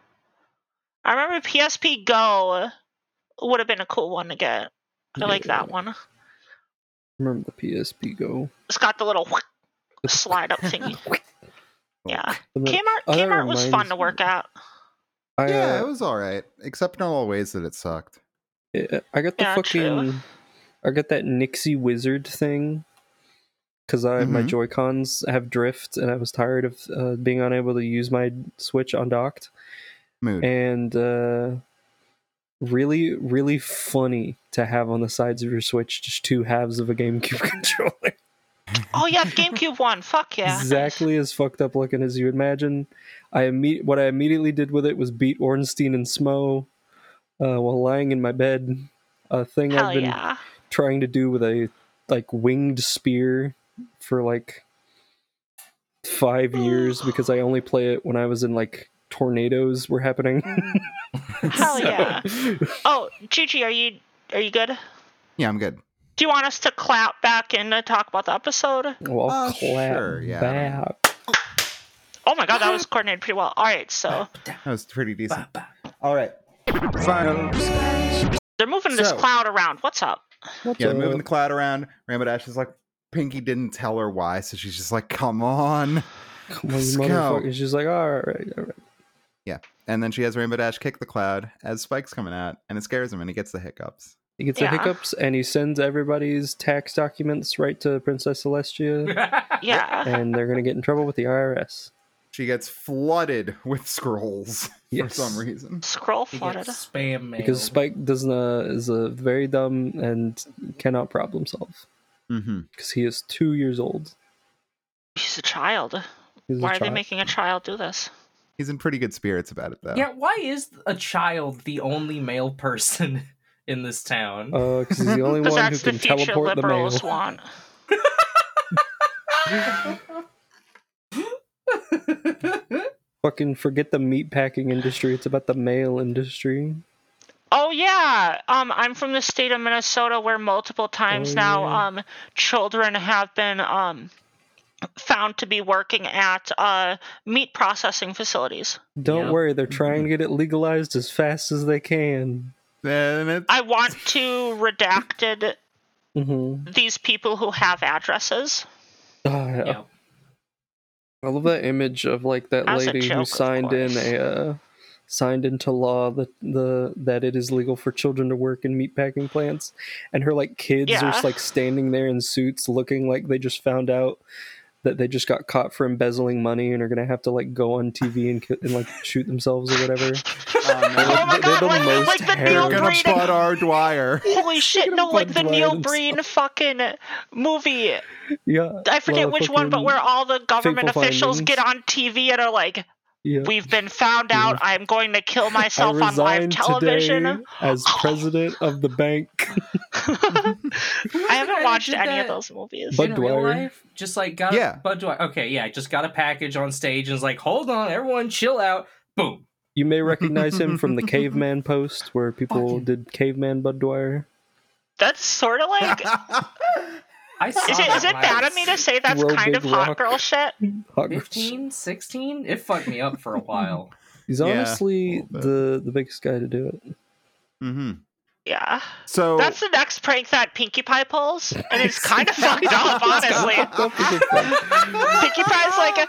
I remember PSP Go would have been a cool one to get. I like that one. Remember the PSP Go? It's got the little slide up thingy. Yeah. Remember- Kmart Oh, that Kmart was fun reminds to work at. I, Yeah, it uh, was all right, except in all the ways that it sucked. I got the Yeah, true. fucking. I got that Nixie Wizard thing. because I my Mhm. Joy Cons have drift, and I was tired of uh, being unable to use my Switch undocked. Mood. And uh, really, really funny to have on the sides of your Switch just two halves of a GameCube controller, Oh yeah, the GameCube one. Fuck yeah. exactly as fucked up looking as you imagine. I imme- what I immediately did with it was beat Ornstein and Smo uh, while lying in my bed. A thing I've Hell been yeah. trying to do with a like winged spear for like five years because I only play it when I was in like tornadoes were happening. Hell yeah. Oh, Gigi, are you are you good? Yeah, I'm good. Do you want us to clap back and uh, talk about the episode? well, Uh, clap sure, yeah. back. Oh my god, that was coordinated pretty well. All right, so That was pretty decent. Ba, ba. All right. they're moving this So- cloud around. What's up? What's Yeah, they're moving up? the cloud around. Rainbow Dash is like, Pinky didn't tell her why, so she's just like, come on. Come on, Let's you go. motherfucker. She's like, all right, all right. And then she has Rainbow Dash kick the cloud as Spike's coming out, and it scares him, and he gets the hiccups. He gets Yeah. the hiccups and he sends everybody's tax documents right to Princess Celestia, Yeah. and they're gonna get in trouble with the IRS. She gets flooded with scrolls Yes. for some reason. Scroll He flooded. gets spam mail. Because Spike doesn't uh, is a very dumb and cannot problem solve Mm-hmm. because he is two years old. He's a child. He's a Why are they child. making a child do this? He's in pretty good spirits about it, though. Yeah, why is a child the only male person in this town? because Uh, he's the only Because one who that's the can future teleport the mail. liberals want. Fucking forget the meat packing industry. It's about the mail industry. Oh yeah. Um, I'm from the state of Minnesota where multiple times Oh, now yeah. um children have been um found to be working at uh meat processing facilities. Don't Yep. worry, they're trying to get it legalized as fast as they can. Then it- I want to redacted hmm these people who have addresses. Ah, yeah. I love that image of like that As a lady joke, who of signed in course. a uh, signed into law that the that it is legal for children to work in meatpacking plants, and her like kids are Yeah. just like standing there in suits, looking like they just found out that they just got caught for embezzling money and are gonna have to like go on TV and, ki- and like shoot themselves or whatever. Oh my They're the god, like, most like the terrible. Neil They're gonna Breen flood our Dwyer. Holy shit, gonna no, like the blood Neil blind Breen fucking movie. Yeah, I forget which one, but fucking where all the government Faithful officials get on TV and are like, yeah. We've been found out, I'm going to kill I myself on live resigned television. today as president of the bank. I haven't Who watched did any of that those movies. But- in Bud real Dwyer. life? Just like got Yeah. Bud Dwyer. Okay, yeah, just got a package on stage and was like, "Hold on, everyone, chill out." Boom. You may recognize him from the caveman post where people Fucking- did caveman Bud Dwyer. That's sort of like. I saw Is it, that is it when I bad was of me to say that's Throw kind big of hot rock. girl shit? Hot girls. 15, 16? It fucked me up for a while. He's Yeah, honestly a little bit. the the biggest guy to do it. mm-hmm. Yeah. So That's the next prank that Pinkie Pie pulls, and it's kind of fucked up, honestly. Pinkie Pie's like,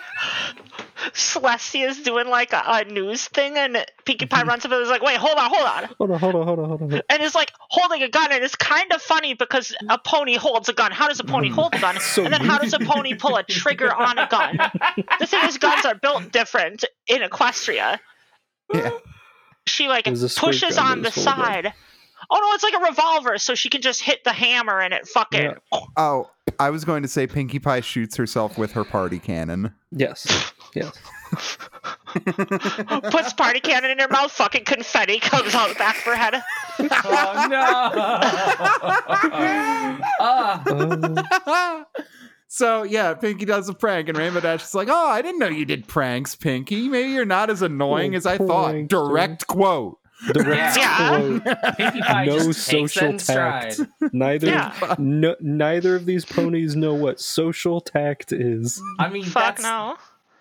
Celestia's doing like a, a news thing, and Pinkie Pie runs up and is like, wait, hold on, hold on. Hold on, hold on, hold on, hold on. hold on. And is like holding a gun, and it's kind of funny because a pony holds a gun. How does a pony hold a gun? Mm. So and then how does a pony pull a trigger on a gun? Oh, The thing is, guns are built different in Equestria. yeah. She like It was a squirt pushes gun that on the was full of blood. side. Oh no, it's like a revolver, so she can just hit the hammer and it fucking. Oh, I was going to say Pinkie Pie shoots herself with her party cannon. Yes. Yes. puts party cannon in her mouth, fucking confetti comes out the back of her head. oh no! Ah, Uh, so yeah, Pinkie does a prank, and Rainbow Dash is like, "Oh, I didn't know you did pranks, Pinkie. Maybe you're not as annoying as I thought." Prankster. Direct quote. direct Yeah. quote. Pinkie Pie No just takes that social in stride. tact. Neither Yeah. no, neither of these ponies know what social tact is. I mean, Fuck that's, no.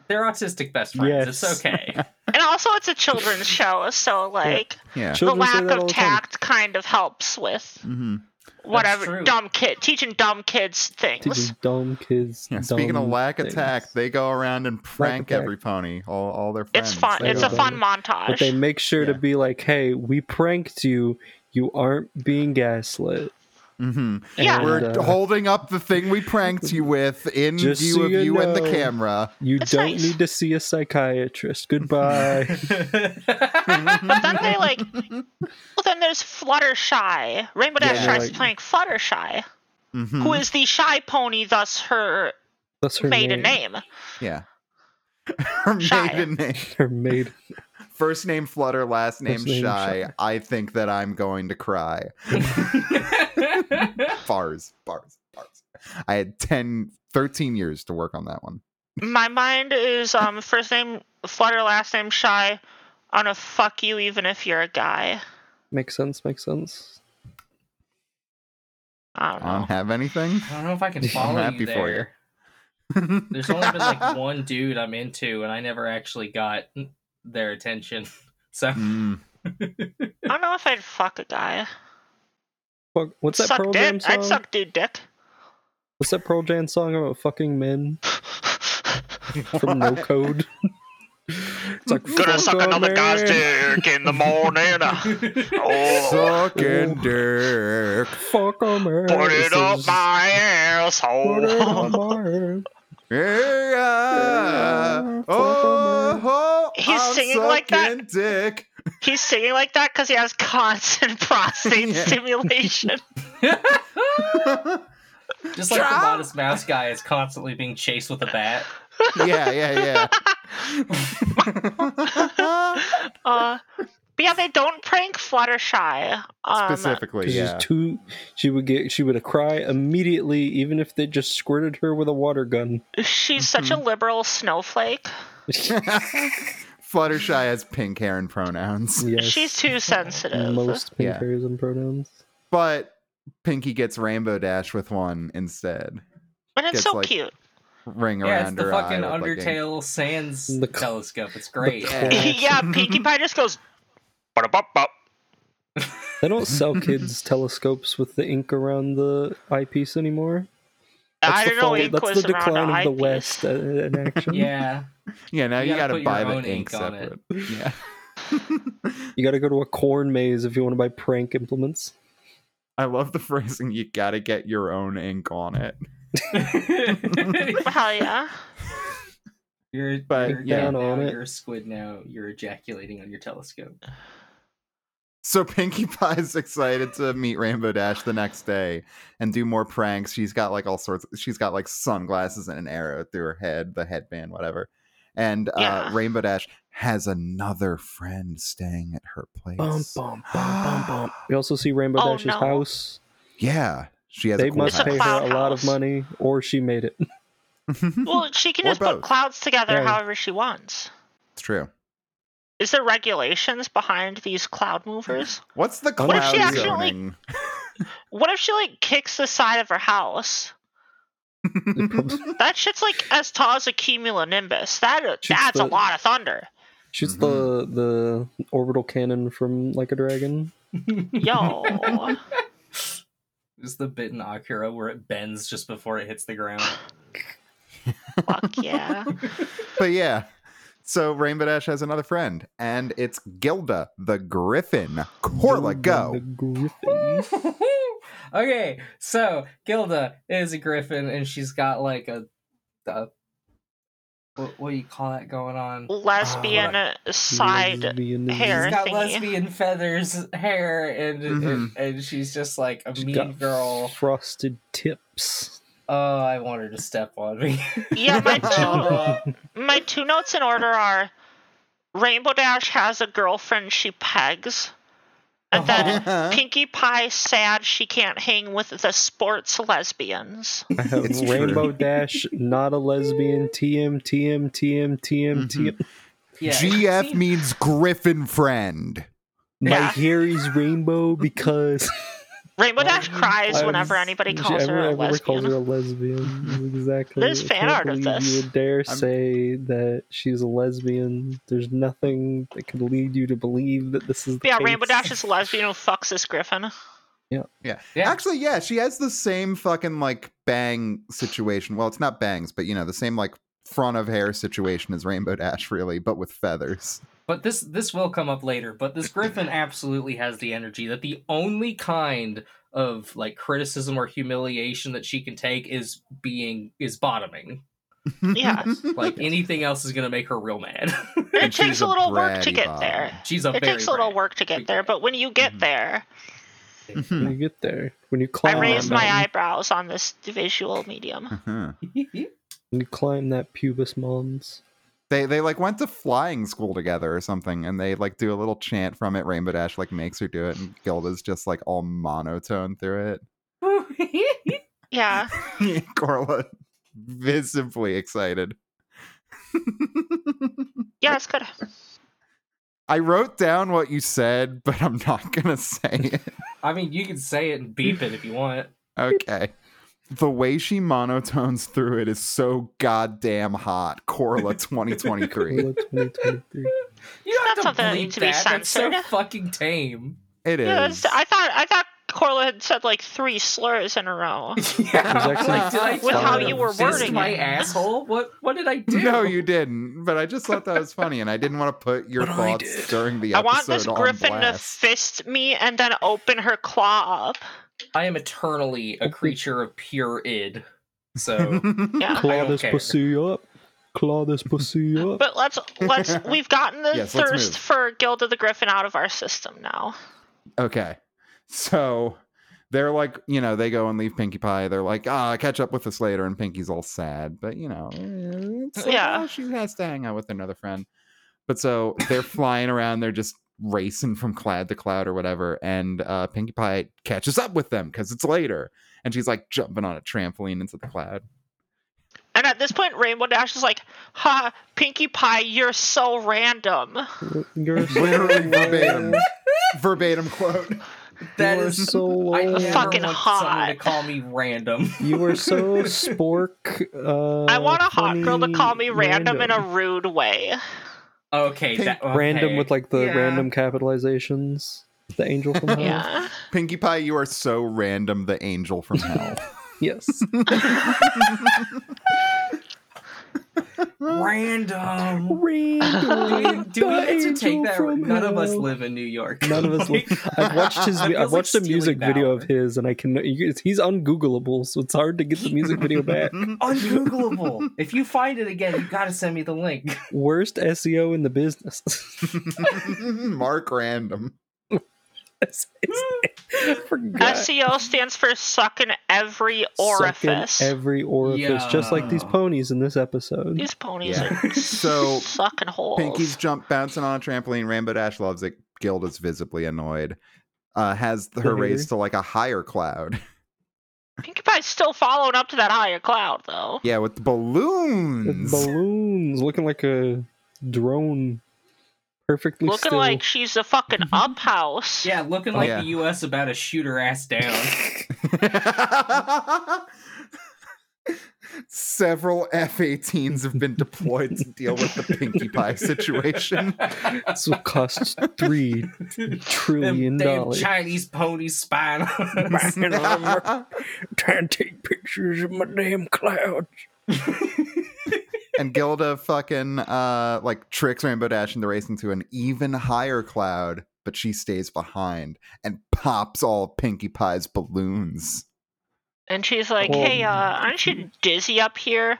they're autistic best friends. It's Yes. okay. And also, it's a children's show, so like Yeah. the Children say lack that all of the time. tact kind of helps with Mm-hmm. whatever true. dumb kid teaching dumb kids things. Teaching dumb kids. Yeah, speaking of dumb lack things. attack, they go around and prank attack. every pony, all, all their friends. It's fun. They It's go- a don't. fun but they montage. make sure to Yeah. be like, "Hey, we pranked you. You aren't being gaslit." hmm Yeah. And, We're uh, holding up the thing we pranked you with in Just view so of you you and the know. camera. you That's don't nice. need to see a psychiatrist. Goodbye. But then they like, well, then there's Fluttershy. Rainbow Dash Yeah. tries Like- playing Fluttershy, Mhm. who is the shy pony, thus her That's her maiden name. Yeah. Her Shy. maiden name. Her maid. First name Flutter, last name, name Shy. Shy. I think that I'm going to cry. Bars, bars, bars. I had 10, 13 years to work on that one. My mind is um first name Flutter, last name Shy. I'm gonna fuck you even if you're a guy. Makes sense. Makes sense. I don't know. I don't have anything. Hmm. I don't know if I can I'm follow happy you for you. there. There's only been like one dude I'm into, and I never actually got their attention. So Mm. I don't know if I'd fuck a guy. Fuck, what's that suck Pearl dick. Jam song? I'd suck dude dick. What's that Pearl Jam song about fucking men from No What? Code? it's like fuck a man. dick in the morning. Sucking Oh. dick. Fuck a man. It's just- my Put it on my asshole. ass. Yeah. fuck a Oh, man. oh, He's I'm singing like that? sucking Dick. He's singing like that because he has constant prostate Yeah. stimulation. just like the Try. modest mouse guy is constantly being chased with a bat. yeah, yeah, yeah. Uh, but yeah, they don't prank Fluttershy. Um, Specifically, 'Cause yeah. she's too. She would get. She would cry immediately, even if they just squirted her with a water gun. she's such Mm-hmm. a liberal snowflake. Fluttershy has pink hair and pronouns, Yes. She's too sensitive. most pink Yeah. hairs and pronouns. but Pinky gets Rainbow Dash with one instead. but it's gets, so like, cute. Ring Yeah, it's around the her fucking eye. with, like, a- Undertale Sands The cl- telescope. It's great. cl- yeah, Pinkie Pie just goes. "Ba-da-bop-bop." They don't sell kids telescopes with the ink around the eyepiece anymore. I the don't know. fall- Ink that's was the around decline a of the eyepiece. West uh, in action. yeah. yeah, now You you, gotta, gotta put buy your the own ink ink on it. separate. Yeah. You got to go to a corn maze if you want to buy prank implements. I love the phrasing, you gotta get your own ink on it. Hell yeah. You're, But, you're yeah. down Down now, on it. You're a squid now. You're ejaculating on your telescope. So Pinkie Pie's excited to meet Rainbow Dash the next day and do more pranks. She's got like all sorts. She's got like sunglasses and an arrow through her head, the headband, whatever. And uh, Yeah. Rainbow Dash has another friend staying at her place. Bum, bum, bum, bum, bum. We also see Rainbow Oh, Dash's no. house. Yeah, she has. they a cool must house. pay It's a her cloud a lot of house. money, or she made it. Well, she can Or just both. put clouds together Yeah. however she wants. it's true. Is there regulations behind these cloud movers? What's the What if cloud she accidentally- zoning? What if she like kicks the side of her house? That shit's like as tall as a cumulonimbus. That Shoots that's a the- lot of thunder. Shoots Mm-hmm. the the orbital cannon from like a dragon. Yo. Is the bit in Akira where it bends just before it hits the ground? Fuck Ah, yeah. but yeah. So Rainbow Dash has another friend, and it's Gilda the Griffin. Corla, The go. griffin. okay, so Gilda is a griffin, and she's got like a, a what, what do you call that going on? Lesbian side Lesbianism. hair. She's got thingy. lesbian feathers, hair, and, and and she's just like a She's mean got girl. Frosted tips. Oh, I want her to step on me. Yeah, my two Uh, my two notes in order are Rainbow Dash has a girlfriend she pegs. And then Uh-huh. Pinkie Pie sad she can't hang with the sports lesbians. I have It's true. Rainbow Dash, not a lesbian. TM TM TM Mm-hmm. TM TM. yeah, GF see, means Griffin friend. My Yeah. hair is rainbow because Rainbow Why Dash do you cries I whenever was- anybody she- calls her a everyone calls her lesbian. a lesbian. Exactly. There's I fan can't art of believe You this. would dare Mm-hmm. I'm- say that she's a lesbian. There's nothing that could lead you to believe that this is the Yeah, case. Rainbow Dash is a lesbian who fucks this griffin. Yeah. Yeah. Actually, yeah, she has the same fucking like bang situation. Well, it's not bangs, but you know, the same like front of hair situation as Rainbow Dash, really, but with feathers. But this this will come up later. But this griffin absolutely has the energy that the only kind of like criticism or humiliation that she can take is being is bottoming. Yeah. Like anything else is gonna make her real mad. It And she's takes a a little work to bratty get bottom. there. She's a It very takes a little brat. work to get there, but when you get there, Hmm. When you get there, when you climb, I raised that my mountain, eyebrows on this visual medium. Mhm. When you climb that pubis mons. They they like went to flying school together or something, and they like do a little chant from it. Rainbow Dash like makes her do it, and Gilda's just like all monotone through Yeah. it. Corla visibly excited. Yeah, it's good. I wrote down what you said, but I'm not gonna say it. I mean you can say it and beep it if you want. Okay. The way she monotones through it is so goddamn hot. Corla 2023. Hello, 2023. You don't It's have not something that bleep needs to be That's so censored. fucking tame. It is. Yeah, it's- I thought I thought Corla had said like three slurs in a row. Yeah, actually like, did I With tell how her you to were fist wording my it. asshole. What what did I do? No, you didn't. But I just thought that was funny, and I didn't want to put your But I thoughts did. during the I episode want this on griffin to blast. fist me and then open her claw up. I am eternally a creature of pure id. So Yeah. I Claw don't this care. pussy up. Claw this pussy up. But let's let's we've gotten the Yes, let's thirst move. for Gilda the Griffin out of our system now. okay, so they're like, you know, they go and leave Pinkie Pie. They're like, ah, catch up with us later, and Pinkie's all sad, but you know, it's like, Uh, Yeah. "Oh, she has to hang out with another friend. But so they're flying around. They're just racing from cloud to cloud or whatever, and uh, Pinkie Pie catches up with them because it's later, and she's like jumping on a trampoline into the cloud. And at this point, Rainbow Dash is like, "Ha, Pinkie Pie, you're so random." You're so Literally verbatim, low. verbatim quote. that you are is so low. I never Fucking want someone hot. to call me random. You are so spork. Uh, Oh, I want a hot girl to call me funny, random, in a rude way. Oh, Okay, that, okay. random with like the Yeah. random capitalizations. The angel from hell. Yeah. Pinkie Pie, you are so random, the angel from hell. Yes. random. Random. Do, do we the get to take angel that? from None of us hell. live in New York. None of us. Like, Live. I've watched his. That feels I've watched a like music stealing video valor. of his, and I can. you- it's- He's ungoogleable, so it's hard to get the music video back. Ungoogleable. if you find it again, you gotta send me the link. Worst SEO in the business. Mark random. That's his name. I forgot. SEO E stands for sucking every Suck in orifice. every orifice, just like these Yeah. ponies in this episode. These ponies Yeah. are So, sucking holes. Pinky's jump bouncing on a trampoline. Rainbow Dash loves it. Gilda's visibly annoyed. Uh, has her Later. raised to like a higher cloud. Pinkie Pie's still following up to that higher cloud, though. Yeah, with With Mm. balloons. balloons, looking like a drone, perfectly Looking still. like she's a fucking up house. Yeah, Oh, looking like Yeah. the U.S. about to shoot her ass down. Several F 18s have been deployed to deal with the Pinkie Pie situation. this will cost three trillion Them damn dollars. Chinese ponies spying on us. And I'm trying to take pictures of my damn clouds. and Gilda fucking uh like tricks Rainbow Dash into racing to an even higher cloud, but she stays behind and pops all Pinkie Pie's balloons. And she's like, Oh, hey, uh, aren't you dizzy up here?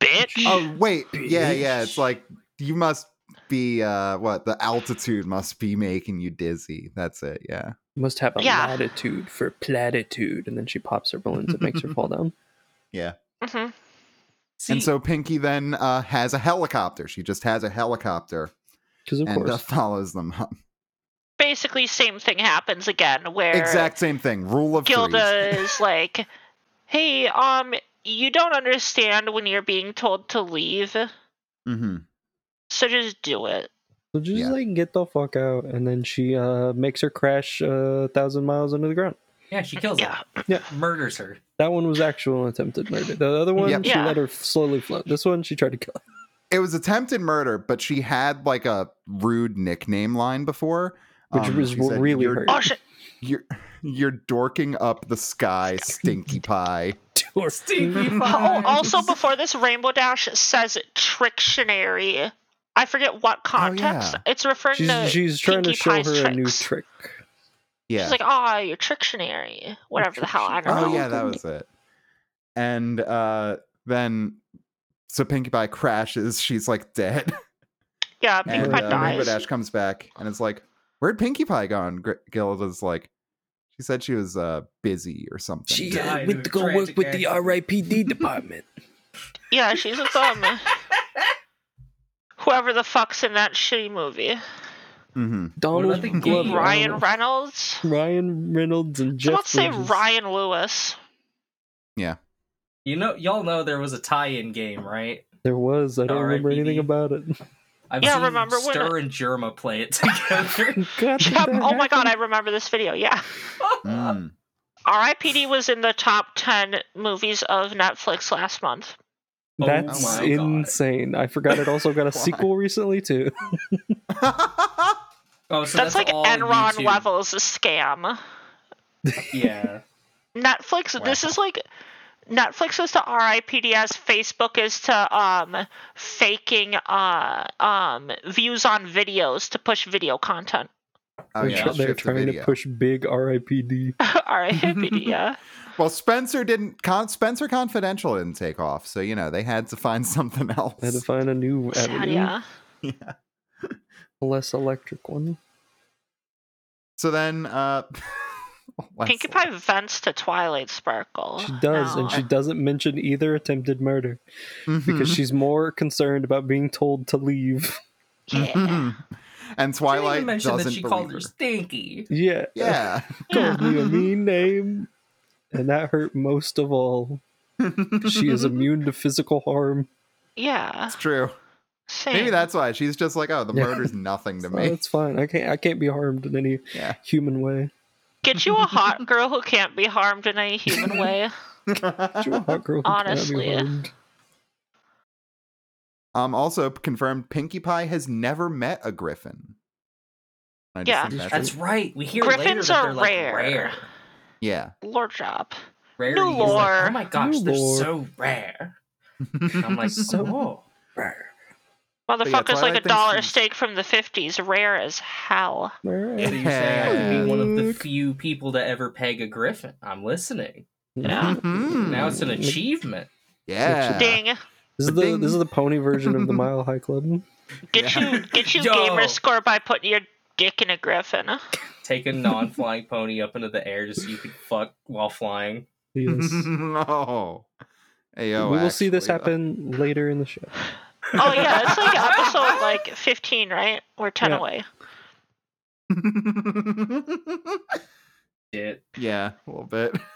Bitch. Oh wait, yeah, yeah, it's like you must be uh what the altitude must be making you dizzy. That's it, yeah. Must have a Yeah. latitude for platitude, and then she pops her balloons. It makes her fall down. Mhm. See, and so Pinkie then uh has a helicopter. She just has a helicopter Because of and course, uh, follows them up. Basically, same thing happens again where Exact same thing. Rule of threes. Gilda is like, hey, um, you don't understand when you're being told to leave, Mm-hmm. so just do it. so just yeah. like get the fuck out, and then she uh, makes her crash a thousand miles under the ground. yeah, she kills Yeah. her. Yeah. Murders her. That one was actual and attempted murder. The other one, Yep. she Yeah. let her slowly float. This one, she tried to kill her. it was attempted murder, but she had like a rude nickname line before, Um, Which was she really you're, hurtful. Oh, shit. You're, you're dorking up the sky, stinky pie. Stinky Oh, Pie. also, before this, Rainbow Dash says Trictionary. I forget what context. It's referring to She's, she's trying to Pinkie show Pie's her a new tricks. trick. Yeah. She's like, "Ah, you're Trictionary, whatever the hell." I don't Oh know. yeah, that was it. And uh then so Pinkie Pie crashes, she's like dead. Yeah, Pink and Pie uh, Rainbow dies. Dash comes back and it's like, Where'd Pinkie Pie gone? Gr- Gilda's like she said she was uh busy or something. She died uh, in went a to go work tragic with the RIPD department. Yeah, she's a thumb. Whoever the fuck's in that shitty movie, hmm Donald the gay Glover, Ryan Donald- Reynolds. Ryan Reynolds and Someone Jeff. say Bridges. Ryan Lewis. You know, y'all know there was a tie-in game, right? There was. I don't remember R.I.P.D.. anything about it. I've Yeah, seen remember when- Stir and Germa play it together. God, did Yep. that Oh my happen? god, I remember this video. Yeah. Mm. Mm. R.I.P.D. was in the top ten movies of Netflix last month. Oh That's my God. insane. I forgot it also got a Why? sequel recently too. oh, so that's, that's, like all Enron YouTube. level is a scam. Yeah. Netflix. This is like Netflix is to RIPD as Facebook is to um faking uh um views on videos to push video content. Oh They're yeah, try- that they're shit's a trying to video. push big RIPD. RIPD. yeah. Well, Spencer didn't. Con- Spencer Confidential didn't take off, so you know they had to find something else. I had to find a new Sad, avenue, yeah. a less electric one. So then, uh, Leslie- Pinkie Pie vents to Twilight Sparkle. She does, No. and she doesn't mention either attempted murder because Mhm. she's more concerned about being told to leave. Oh, yeah. and Didn't Twilight even mention doesn't that she believe called her. her stinky. Yeah, Yeah, yeah. called me a mean name, and that hurt most of all. she is immune to physical harm. Yeah. it's true. Same. Maybe that's why she's just like, oh, the Yeah. murder's nothing to So me. it's Oh, fine. I can't. I can't be harmed in any Yeah. human way. Get you a hot girl who can't be harmed in any human way. You're a hot girl who cannot be Honestly. harmed. Um. Also confirmed, Pinkie Pie has never met a Griffin. I just Yeah. think That's right. We hear Griffins later that are they're like rare. rare. Yeah. Lord job. Rare New to use, like, lore. oh my gosh, New they're lore. so rare. And I'm like, So- oh. Motherfucker's yeah, like Twilight a thinks dollar she's- steak from the 50s, rare as hell. All So right. you're saying I could be one of the Luke. few people to ever peg a griffin. I'm listening. Yeah. Mhm. Now it's an Hmm. achievement. yeah. Ding. This is the Ding. this is the pony version of the Mile High Club. Get Yeah. you get you Yo. gamer score by putting your dick in a griffin. Take a non-flying pony up into the air just so you can fuck while flying. Yes. no. Ayo, we will see this actually, uh, happen later in the show. Oh yeah, it's like episode like 15, right? We're 10 Yeah. away. Shit. yeah, a little bit.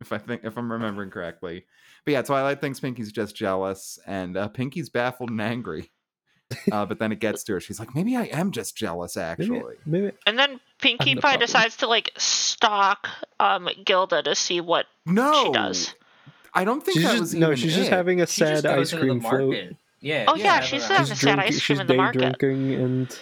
If I think if I'm remembering correctly. But yeah, Twilight thinks Pinky's just jealous and uh, Pinky's baffled and angry. Uh, but then it gets to her. She's like, maybe I am just jealous, Maybe, actually. maybe And then Pinkie no Pie problem. decides to like stalk um Gilda to see what No, she does. I don't think she's that just, was no. even she's it. just having a She just sad ice goes into the cream float. market. Yeah. Oh, yeah, I she's don't know. having She's, a sad drink- ice cream she's in the day market. drinking and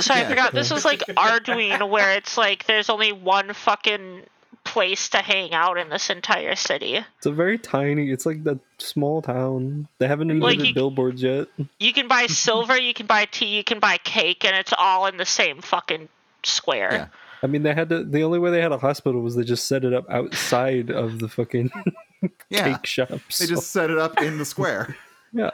Sorry, Yeah. I forgot. This was like Arduin, where it's like there's only one fucking place to hang out in this entire city. It's a very tiny. It's like that small town. They haven't invented you- billboards yet. You can buy silver, you can buy tea, you can buy cake, and it's all in the same fucking square. Yeah. I mean, they had to. The only way they had a hospital was they just set it up outside of the fucking yeah. cake shops. They just set it up in the square. yeah.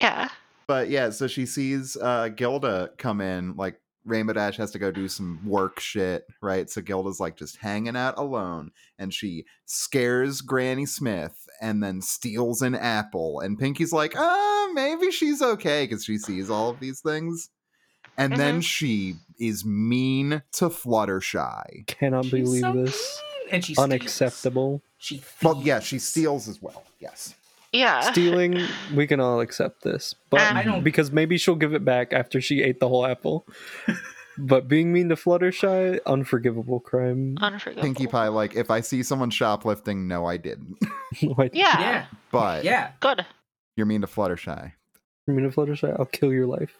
Yeah. But yeah, so she sees uh Gilda come in, like Rainbow Dash has to go do some work shit, right? So Gilda's like just hanging out alone and she scares Granny Smith and then steals an apple. And Pinky's like, oh, maybe she's okay because she sees all of these things. And then she is mean to Fluttershy. Cannot She's believe so this. mean, And she's Unacceptable. She Well, yeah, she steals as well. Yes. Yeah. Stealing, we can all accept this, but I don't- because maybe she'll give it back after she ate the whole apple. but being mean to Fluttershy, unforgivable crime. Unforgivable. Pinkie Pie, like, if I see someone shoplifting, no, I didn't. Why- Yeah. Yeah. But Yeah. Good. you're mean to Fluttershy. You mean to Fluttershy? I'll kill your life.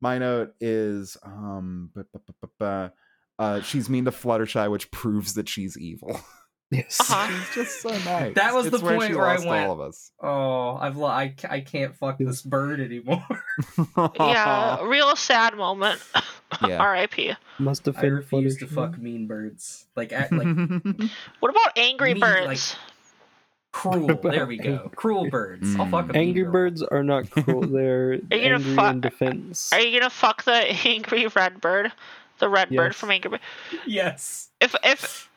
My note is um bu- bu- bu- bu- bu- uh she's mean to Fluttershy, which proves that she's evil. Yes. Uh-huh. she's Ah, just so nice. That was It's the where point she where I lost went- all of us. Oh, I've lo- I, ca- I can't fuck this bird anymore. Yeah. Real sad moment. Yeah. R.I.P. Must have I been funny. refuse to fuck mean birds. Like act like What about Angry Me, like- Birds? cruel. There we go. Cruel birds. I'll fuck a mean Angry girl. birds are not cruel. They're you gonna angry fu- in defense. Are you gonna fuck the angry red bird? The red bird Yes. from Angry Bird. Yes. If if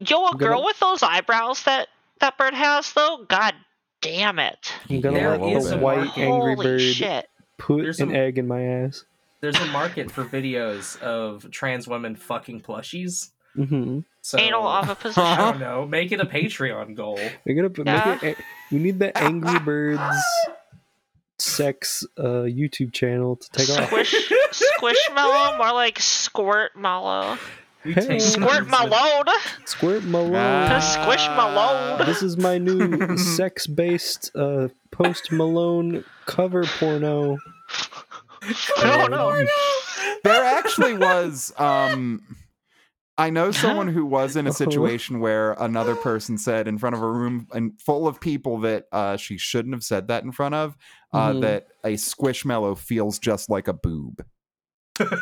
yo a I'm gonna- girl with those eyebrows that that bird has though, god damn it! I'm gonna There let is the a white market. angry Holy bird shit! put There's an some- egg in my ass. There's a market for videos of trans women fucking plushies. Mm-hmm. So Anal of a I position. don't know. Make it a Patreon goal. We're gonna put. Yeah. Make it, a- we need the Angry Birds sex uh, YouTube channel to take off. Squish squishmallow, more like squirt mallow. We Hey. take Squirt birds with- malone. Squirt Malone. "Ah." squish Ah. Malone. This is my new sex-based uh, post Malone cover porno. Oh, Um, No, no. there actually was um I know someone who was in a situation where another person said in front of a room and full of people that uh, she shouldn't have said that in front of uh, Mhm. that a squishmallow feels just like a boob. Makes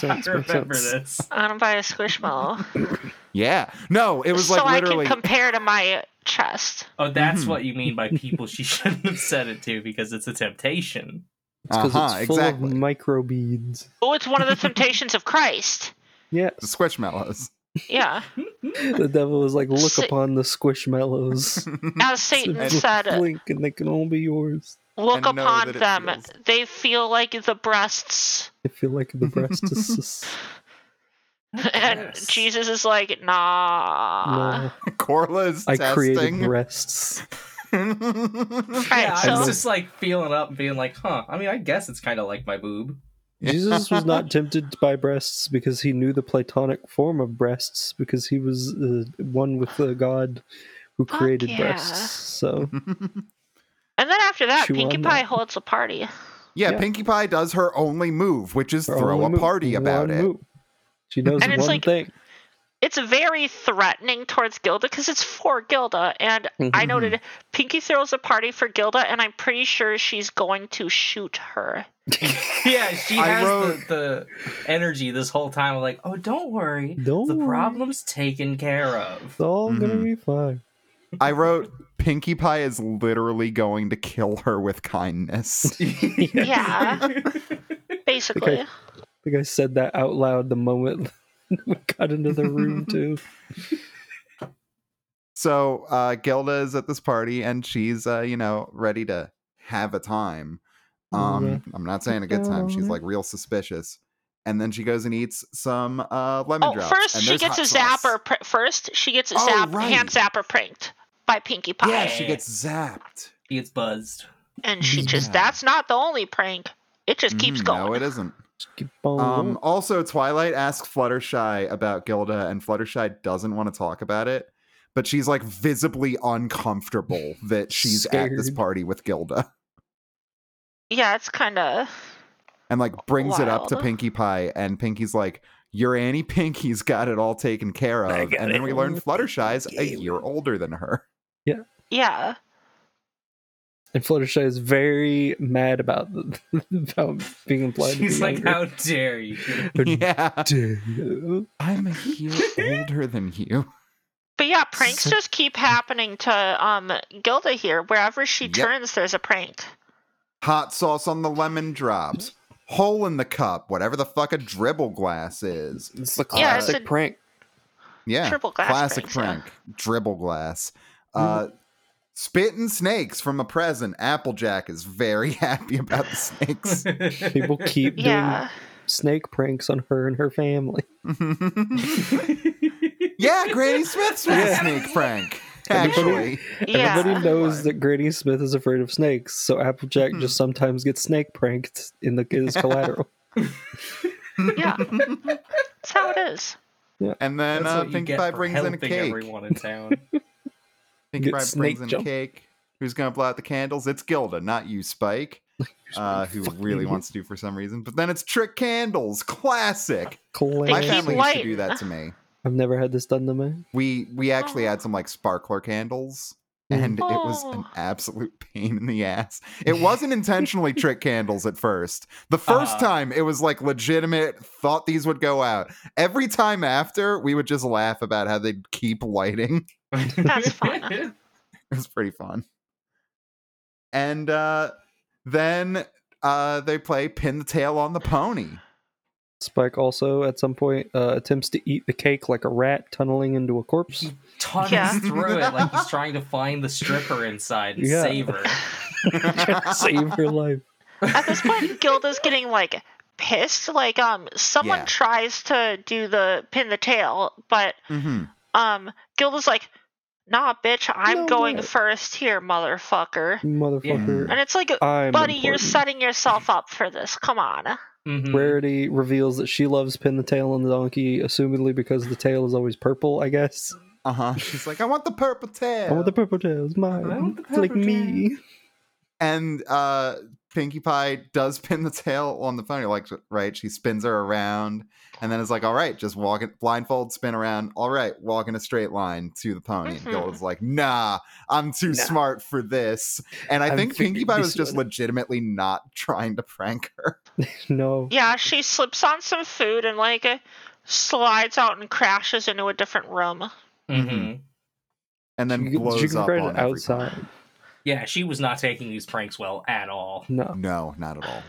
sense, I makes remember sense. this. I don't buy a squishmallow. Yeah, no, it was so like I literally. can compare to my chest. Oh, that's Mm-hmm. Mhm. what you mean by people she shouldn't have said it to because it's a temptation. It's because Uh-huh, it's full exactly. of microbeads. Oh, it's one of the temptations of Christ. the Yes, squishmallows. Yeah. the devil is like, look Si- upon the squishmallows. As Satan And said, blink, and they can all be yours. look and know upon that it them. feels- They feel like the breasts. I feel like the breast is just, And Yes. Jesus is like, nah. no. Corla's I created testing. breasts. Right, yeah, so- it's just like feeling up and being like, huh, I mean, I guess it's kind of like my boob. Jesus was not tempted by breasts because he knew the platonic form of breasts because he was uh, one with the God who Fuck created yeah. breasts. So And then after that, Chew Pinkie on Pie that. holds a party. yeah, Yeah. Pinkie Pie does her only move, which is her throw only a move- party about one it. move. She knows And it's one like- thing. It's very threatening towards Gilda because it's for Gilda. And I noted Pinkie throws a party for Gilda, and I'm pretty sure she's going to shoot her. Yeah, she I has wrote- the, the energy this whole time. Like, oh, don't worry, Don't the worry. problem's taken care of. It's all gonna Mhm. be fine. I wrote Pinkie Pie is literally going to kill her with kindness. Yeah. Basically. Okay. I think I said that out loud the moment we got into the room too. so uh, Gilda is at this party and she's, uh, you know, ready to have a time. Um, Yeah. I'm not saying a good time. She's like real suspicious. And then she goes and eats some uh, lemon Oh, drops. first and she there's gets a hot sauce. zapper. Pr- first she gets a Oh, zap right. hand zapper pranked by Pinkie Pie, Yeah, she gets zapped. She gets buzzed. and she Mm-hmm. just Yeah. that's not the only prank. It just keeps Mhm, going. No, it isn't. Just keep on Um, going. also, Twilight asks Fluttershy about Gilda, and Fluttershy doesn't want to talk about it, but she's like visibly uncomfortable that she's at this Scared. party with Gilda yeah, it's kind of and like brings it up to Wild. Pinkie Pie. And Pinky's like, Your Annie Pinky's got it all taken care of. I And got then it we learn all Fluttershy's a taken. year older than her. yeah. and Fluttershy is very mad about the, about being implied. to She's be like, younger. uh, how dare you? How yeah. dare you. I'm a year older than you. But yeah, pranks So- just keep happening to um Gilda here. Wherever she Yep. turns, there's a prank. Hot sauce on the lemon drops. Hole in the cup, whatever the fuck a dribble glass is. It's the Yeah, it's classic a- prank. Yeah. Triple glass Classic pranks, prank. Dribble glass. Mm-hmm. Uh spitting snakes from a present. Applejack is very happy about the snakes. People keep doing Yeah, snake pranks on her and her family. yeah, Granny Smith's was a snake prank. Actually. yeah. Everybody knows that Granny Smith is afraid of snakes, so Applejack Mm-hmm. just sometimes gets snake pranked in the in his collateral. yeah. That's how it is. And then That's uh, what you Pinkie get Pie for brings in a helping cake. everyone in town. Pinkie Get Pie snake brings in a jump. cake. Who's gonna blow out the candles? It's Gilda, not you, Spike. Uh, who really wants to for some reason. But then it's trick candles. Classic. Clay. They My keep family used to lighting. do that to me. I've never had this done to me. We we actually had some like sparkler candles and it was an Oh. absolute pain in the ass. It wasn't intentionally trick candles at first. The 1st Uh-huh. time it was like legitimate, thought these would go out. Every time after, we would just laugh about how they'd keep lighting. That's fun. It was pretty fun. And uh, then uh, they play Pin the Tail on the Pony. Spike also at some point uh, attempts to eat the cake like a rat tunneling into a corpse. He tunnels Yeah. through it like he's trying to find the stripper inside and Yeah. save her. Save her life. At this point, Gilda's getting like pissed. Like um, someone Yeah. tries to do the pin the tail, but hmm um, Gilda's like, "Nah, bitch, I'm No, going no. first here, motherfucker." Motherfucker. And it's like, I'm buddy, you're important. setting yourself up for this. Come on. Mhm. Rarity reveals that she loves Pin the Tail on the Donkey, assumedly because the tail is always purple, I guess. Uh huh. She's like, I want the purple tail. I want the purple tail, it's I mine. want the It's like purple me. and uh Pinkie Pie does pin the tail on the pony, like right. She spins her around, and then it's like, all right, just walk it blindfold, spin around. All right, walk in a straight line to the pony. Mhm. Mm-hmm. And Gilda's like, nah, I'm too Nah. smart for this. And I I'm think Pinkie figuring Pie this was just one legitimately not trying to prank her. No. Yeah, she slips on some food and like uh, slides out and crashes into a different room. mm-hmm. Mhm. And then you, blows you can up grab on it everybody. outside. Yeah, she was not taking these pranks well at all. No. No, not at all.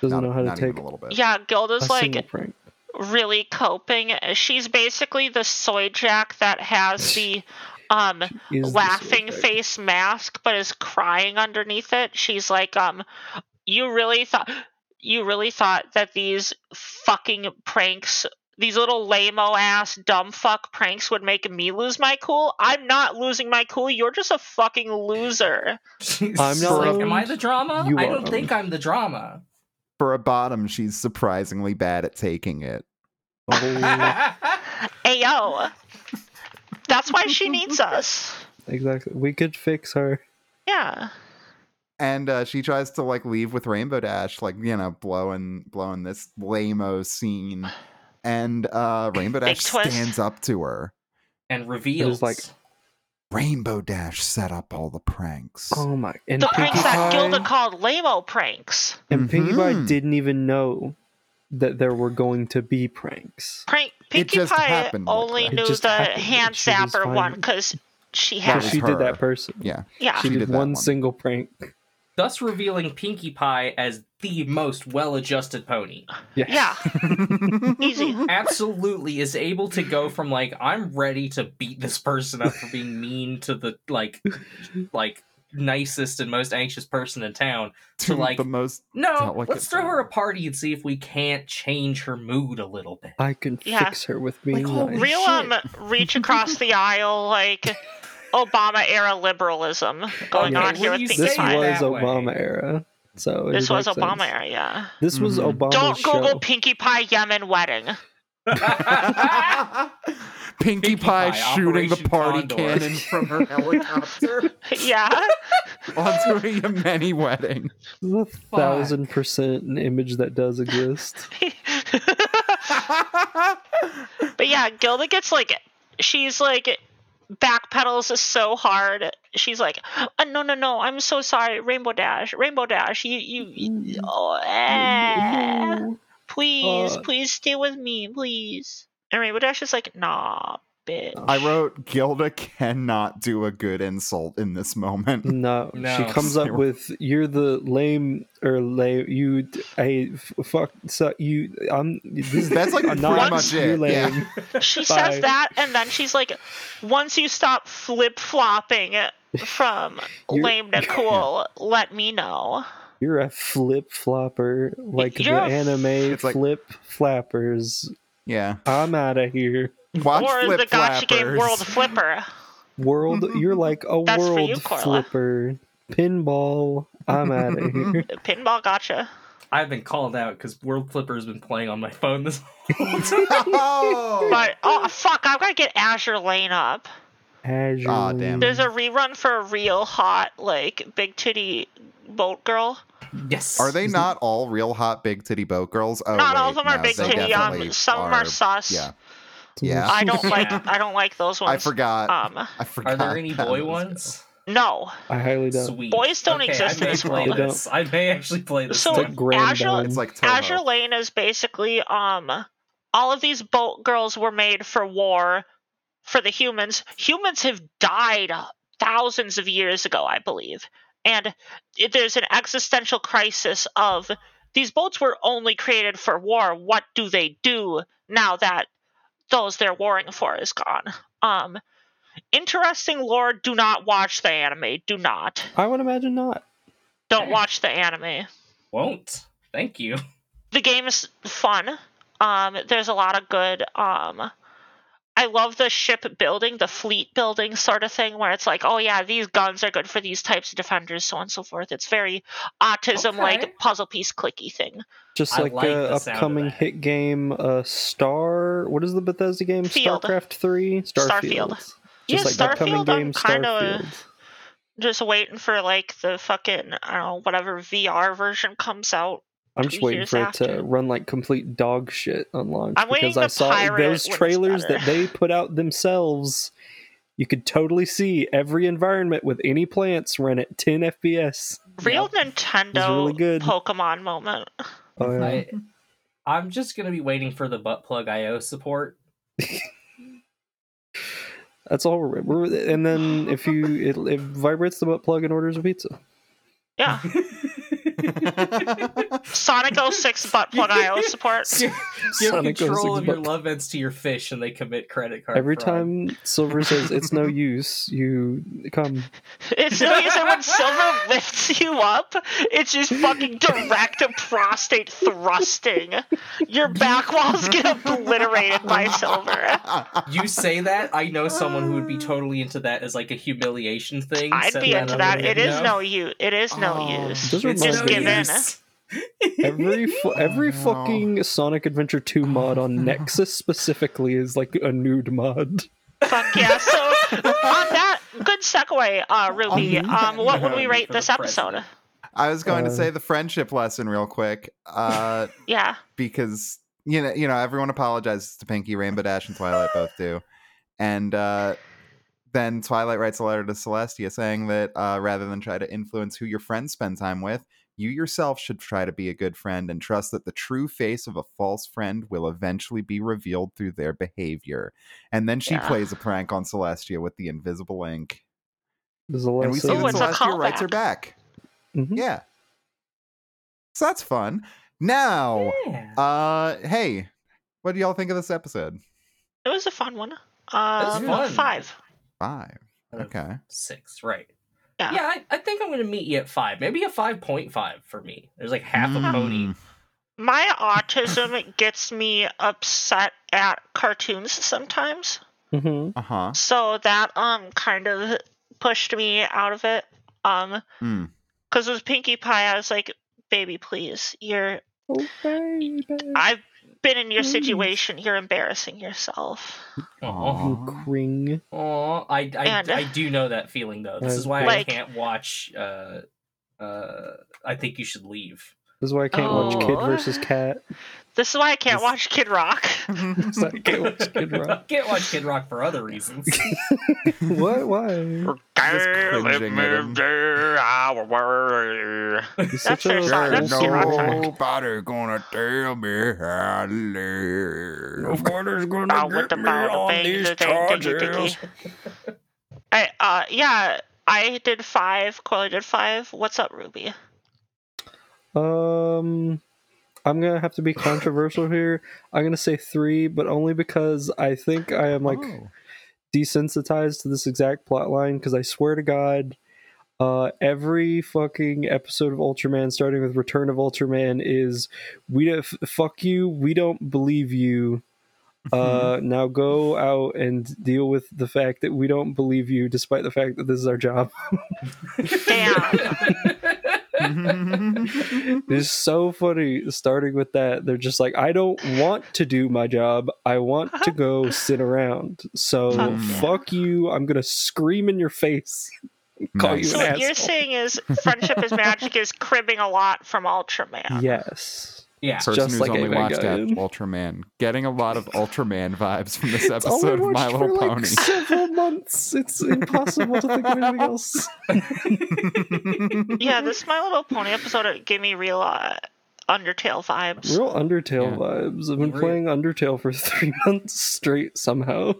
Doesn't not know how to not even take a little bit. Yeah, Gilda's a like single prank. really coping. She's basically the soy jack that has the um Is the laughing soundtrack. face mask but is crying underneath it. She's like, um, you really thought you really thought that these fucking pranks these little lame ass dumb fuck pranks would make me lose my cool. I'm not losing my cool. You're just a fucking loser. She's I'm not like, owned, am I the drama? you I are don't think owned." I'm the drama. For a bottom, she's surprisingly bad at taking it. Oh, Ayo. That's why she needs us. exactly. We could fix her. Yeah. and uh, she tries to like leave with Rainbow Dash, like you know, blowing blowing this lameo scene, and uh, Rainbow Big Dash twist. stands up to her. and reveals like, Rainbow Dash set up all the pranks. Oh my. And The Pinkie pranks that Gilda Pie, called lame pranks. and Pinkie Pie Mhm. didn't even know that there were going to be pranks. Prank Pinkie just Pie happened like only that. It knew just the happened. hand She was zapper fine. one because she That So had was she did her. that person. Yeah, yeah. She, She did, did that one one. single prank. thus revealing Pinkie Pie as the most well-adjusted pony. Yes. Yeah. Easy. Absolutely is able to go from like I'm ready to beat this person up for being mean to the like like nicest and most anxious person in town. to like- like the most. No, Don't like let's it. throw her a party and see if we can't change her mood a little bit. I can Yeah. fix her with being Like, oh, nice. really? Real um reach across the aisle like Obama era liberalism going Okay, on here what do with you Pinkie This say Pie. that was way. Obama era. So it This was makes Obama sense. era, yeah. This was Mhm. Obama's Don't Google show. Pinkie Pie Yemen wedding. Pinkie, Pie, shooting the Operation party Condor. cannon from her helicopter Yeah. onto a Yemeni wedding. a thousand percent an image that does exist. But yeah, Gilda gets like she's like backpedals so hard. She's like, uh no, no, no, I'm so sorry, Rainbow Dash, Rainbow Dash, you, you, you- oh, eh, please, Uh. please stay with me, please. And Rainbow Dash is like, nah, bitch. I wrote Gilda cannot do a good insult in this moment. No, No. she comes up with "You're the lame or lame. You, I f- fuck so you. I'm. This, That's like I'm pretty not much you it. yeah. lame. She Bye. says that, and then she's like, once you stop flip flopping from You're- lame to cool, let me know. You're a flip flopper, like You're the a f- anime It's like- flip flappers. Yeah. I'm out of here. Watch or Flip the Gotcha Game Flappers. World Flipper. World, you're like a Mm-hmm. That's for world you, Carla. flipper. Pinball. I'm out of here. Pinball Gotcha. I've been called out because World Flipper has been playing on my phone this whole time. Oh! But oh fuck, I've got to get Azure Lane up. Azure. Aw, damn. There's a Mm-hmm. rerun for a real hot, like big titty boat girl. yes. Are they not all real hot big titty boat girls? Oh, Not wait, all of them are no, big they titty. definitely Um, some of them are sus. Yeah, yeah. I don't like. Yeah. I don't like those ones. I forgot. Um, I forgot. Are there any how boy those ones? No, I highly doubt. it. Sweet. Boys don't Okay, exist I in may this play world. They this. I may actually play this. So- It's one. like Grand Azure- Dawn. It's like Toho. Azure Lane is basically um all of these boat girls were made for war for the humans. Humans have died thousands of years ago, I believe. And it, there's an existential crisis of these boats were only created for war. What do they do now that those they're warring for is gone? Um interesting lore, do not watch the anime. Do not. I would imagine not. Don't watch the anime. Won't. Thank you. the game is fun. Um, there's a lot of good. Um, I love the ship building, the fleet building sort of thing, where it's like, oh yeah, these guns are good for these types of defenders, so on and so forth. It's very autism like Okay. puzzle piece clicky thing. Just I like, like the the sound of upcoming that. hit game, uh, Star. What is the Bethesda game? Field. Starcraft Three. Starfield. Starfield. Yeah, Just like the upcoming Starfield, I'm game, kinda- Starfield. Just waiting for like the fucking I don't know whatever VR version comes out. I'm just two waiting years for it after. to run like complete dog shit on launch I'm waiting because I to saw pirate it those when it's trailers that better. they put out themselves. You could totally see every environment with any plants run at 10 FPS. Real Nintendo really good. Pokemon moment. Oh, yeah. I, I'm just gonna be waiting for the butt plug IO support. That's all. We're, we're- and then if you it, it vibrates the butt plug and orders a pizza. Yeah, Sonic 06 butt plug IO support. Give Sonic goes control of your explode. love vents to your fish, and they commit credit card. Every fraud. time Silver says it's no use, you come. It's no use that when Silver lifts you up, it's just fucking direct prostate thrusting. Your back walls get obliterated by Silver. you say that, I know someone who would be totally into that as like a humiliation thing. I'd Send be into that. over. It is No. no use. It is no Oh. use. Just reminds Just me give in. every fu- every Wow. fucking Sonic Adventure 2 mod on Nexus specifically is like a nude mod. Fuck yeah. So on that good segue, uh, Ruby. Um, Um, what would we no, rate for the this episode? president. I was going Uh, to say the friendship lesson real quick, uh, Yeah. because you know, you know, everyone apologizes to Pinky, Rainbow Dash, and Twilight both do, and uh, then Twilight writes a letter to Celestia saying that uh, rather than try to influence who your friends spend time with, you yourself should try to be a good friend and trust that the true face of a false friend will eventually be revealed through their behavior. And then she Yeah. plays a prank on Celestia with the invisible ink, There's a and we see Ooh, lesson. that it's a Celestia writes her callback. Mm-hmm. back. Mhm. Yeah. So that's fun. Oh. Now, Yeah. uh, hey, what do y'all think of this episode? It was a fun one. Um, fun. Five. Five. Out of Okay. Six, right. Yeah. Yeah, I, I think I'm gonna meet you at five. Maybe a five point five for me. There's like half Hmm. Hmm. a pony. Mm. My autism gets me upset at cartoons sometimes. Mhm. Uh huh. so that um kind of pushed me out of it um Mm. because with pinkie pie i was like baby please you're Oh, baby. i've been in your Please. situation you're embarrassing yourself Aw. You cring. Aw. I, I, And- I do know that feeling though. This is why Like- I can't watch. Uh, uh, I think you should leave. This is why I can't watch Kid Oh. versus Cat. this is why i can't This- watch kid rock It's like, I can't watch Kid I Rock. can't watch Kid Rock for other reasons. what? Why? cringing at him. He's such their a song. That's wholesome Kid Rock. man. Nobody gonna tell me how to live. Nobody's Bow gonna with the get me bow, on the bang, these the dang, diggy, charges. diggy. I, uh, yeah, I did five. Corley did five. What's up, Ruby? Um, I'm gonna have to be controversial here. I'm gonna say three, but only because I think I am like Oh. desensitized to this exact plot line. Because I swear to God, uh, every fucking episode of Ultraman, starting with Return of Ultraman, is we don't f- fuck you. We don't believe you. Uh, now go out and deal with the fact that we don't believe you, despite the fact that this is our job. Damn. It's so funny starting with that. They're just like, I don't want to do my job. I want to go sit around. So Hmm. fuck you. I'm going to scream in your face. Call you so an what asshole. you're saying is friendship is magic is cribbing a lot from Ultraman. Yes. Yeah. person just who's like only watched Evangelion. Ultraman. Getting a lot of Ultraman vibes from this It's all I episode of Oh, watched My for Little like Pony. several months. It's impossible to think of anything else. yeah, this My Little Pony episode it gave me real uh, Undertale vibes. Real Undertale Yeah. vibes. I've been Real- playing Undertale for three months straight somehow.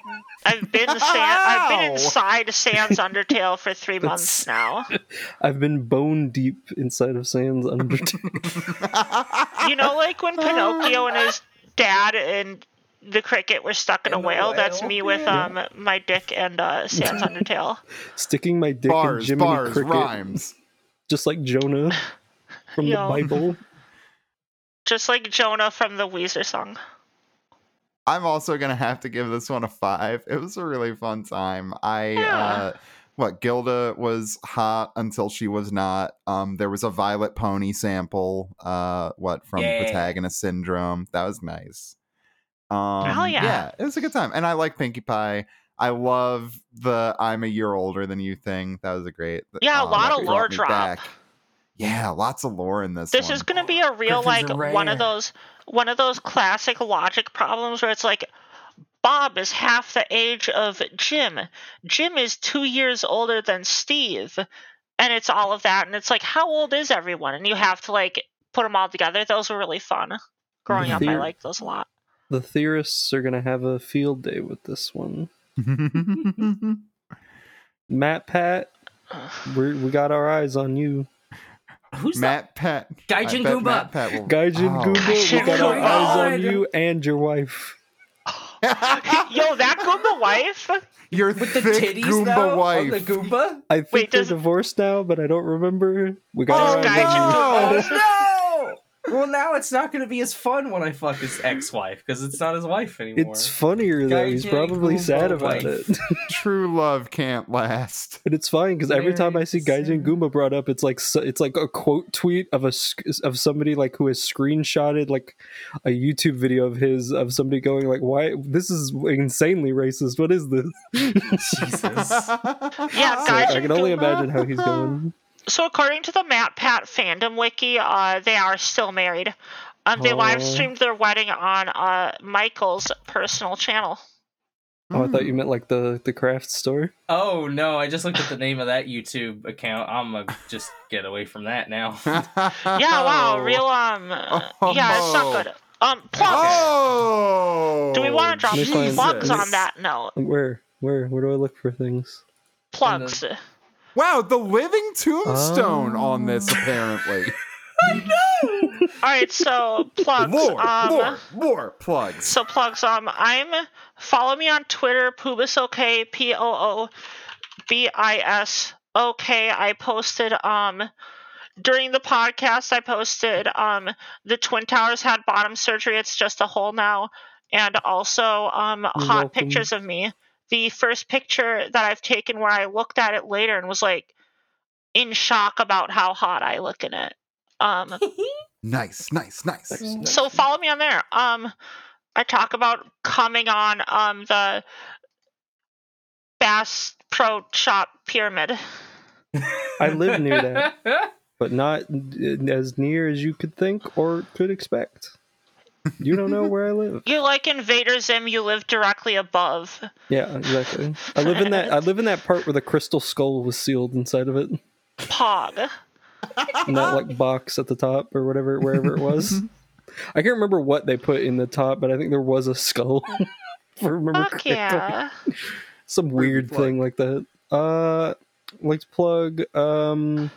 I've been San- I've been Ow! inside Sans Undertale for three months That's- now. I've been bone deep inside of Sans Undertale. You know, like when Pinocchio and his dad and the cricket were stuck in a And the whale. That's whale, me with yeah. um my dick and uh, Sans Undertale. Sticking my dick bars, in Jiminy bars, Cricket, rhymes. just like Jonah from Yo. the Bible. Just like Jonah from the Weezer song. I'm also gonna have to give this one a five. It was a really fun time. I Yeah. uh what Gilda was hot until she was not. Um there was a Violet Pony sample, uh what from Yeah. Protagonist Syndrome. That was nice. Um Hell yeah. it was a good time. And I like Pinkie Pie. I love the I'm a year older than you thing. That was a great Yeah, a uh, lot that of brought lore me drop. Yeah, lots of lore in this. This one. is gonna be a real Griffins like are one of rare. those one of those classic logic problems where it's like Bob is half the age of Jim. Jim is two years older than Steve, and it's all of that. And it's like, how old is everyone? And you have to like put them all together. Those were really fun. Growing up, I Theor- liked those a lot. The theorists are gonna have a field day with this one. Matt Pat, we're, we got our eyes on you. Who's that? Matt Pat. I Gaijin bet Goomba. Matt Pat will- Gaijin Oh. Goomba, we got Oh our my eyes on God. you and your wife. Yo, that Goomba wife. Your With the thick titties Goomba though wife. on the Goomba? I think Wait, they're does- divorced now, but I don't remember. We Oh, got our eyes on Gaijin you. Oh no! Well, now it's not going to be as fun when I fuck his ex-wife because it's not his wife anymore. It's funnier though. He's Gaijin probably Goomba sad about wife. it. True love can't last. And it's fine because every time I see Married Gaijin to- Goomba brought up, it's like s- it's like a quote tweet of a sc- of somebody like who has screenshotted like a YouTube video of his of somebody going like, "Why this is insanely racist? What is this?" Jesus. Yeah, So guys. I can only imagine how he's going. So according to the Matt Pat fandom wiki, uh, they are still married. Um, they Oh. live streamed their wedding on uh, Michael's personal channel. Oh, I thought you Mm. meant like the the craft store. Oh no! I just looked at the name of that YouTube account. I'm gonna just get away from that now. Yeah, wow, real um, yeah, it's Oh. not good. Um, plugs. Oh. Do we want to drop some Jesus. plugs on that note? Where where where do I look for things? Plugs. Wow, the living tombstone Um, on this apparently. All right, so plugs. Lore, um, lore, lore plugs. So plugs. Um, I'm follow me on Twitter. Pubis okay. P O O B I S okay. I posted um during the podcast. I posted um the Twin Towers had bottom surgery. It's just a hole now, and also um hot welcome. pictures of me. The first picture that I've taken where I looked at it later and was like in shock about how hot I look in it. Um, Nice, nice, nice. so follow me on there. Um, I talk about coming on um the Bass Pro Shop Pyramid. I live near that, but not n- as near as you could think or could expect. You don't know where I live. You like Invader Zim? You live directly above. Yeah, exactly. I live in that. I live in that part where the crystal skull was sealed inside of it, Pog. in that like box at the top or whatever, wherever it was. I can't remember what they put in the top, but I think there was a skull. if I remember Fuck correctly. yeah. some weird plug. thing like that. Uh, like to plug um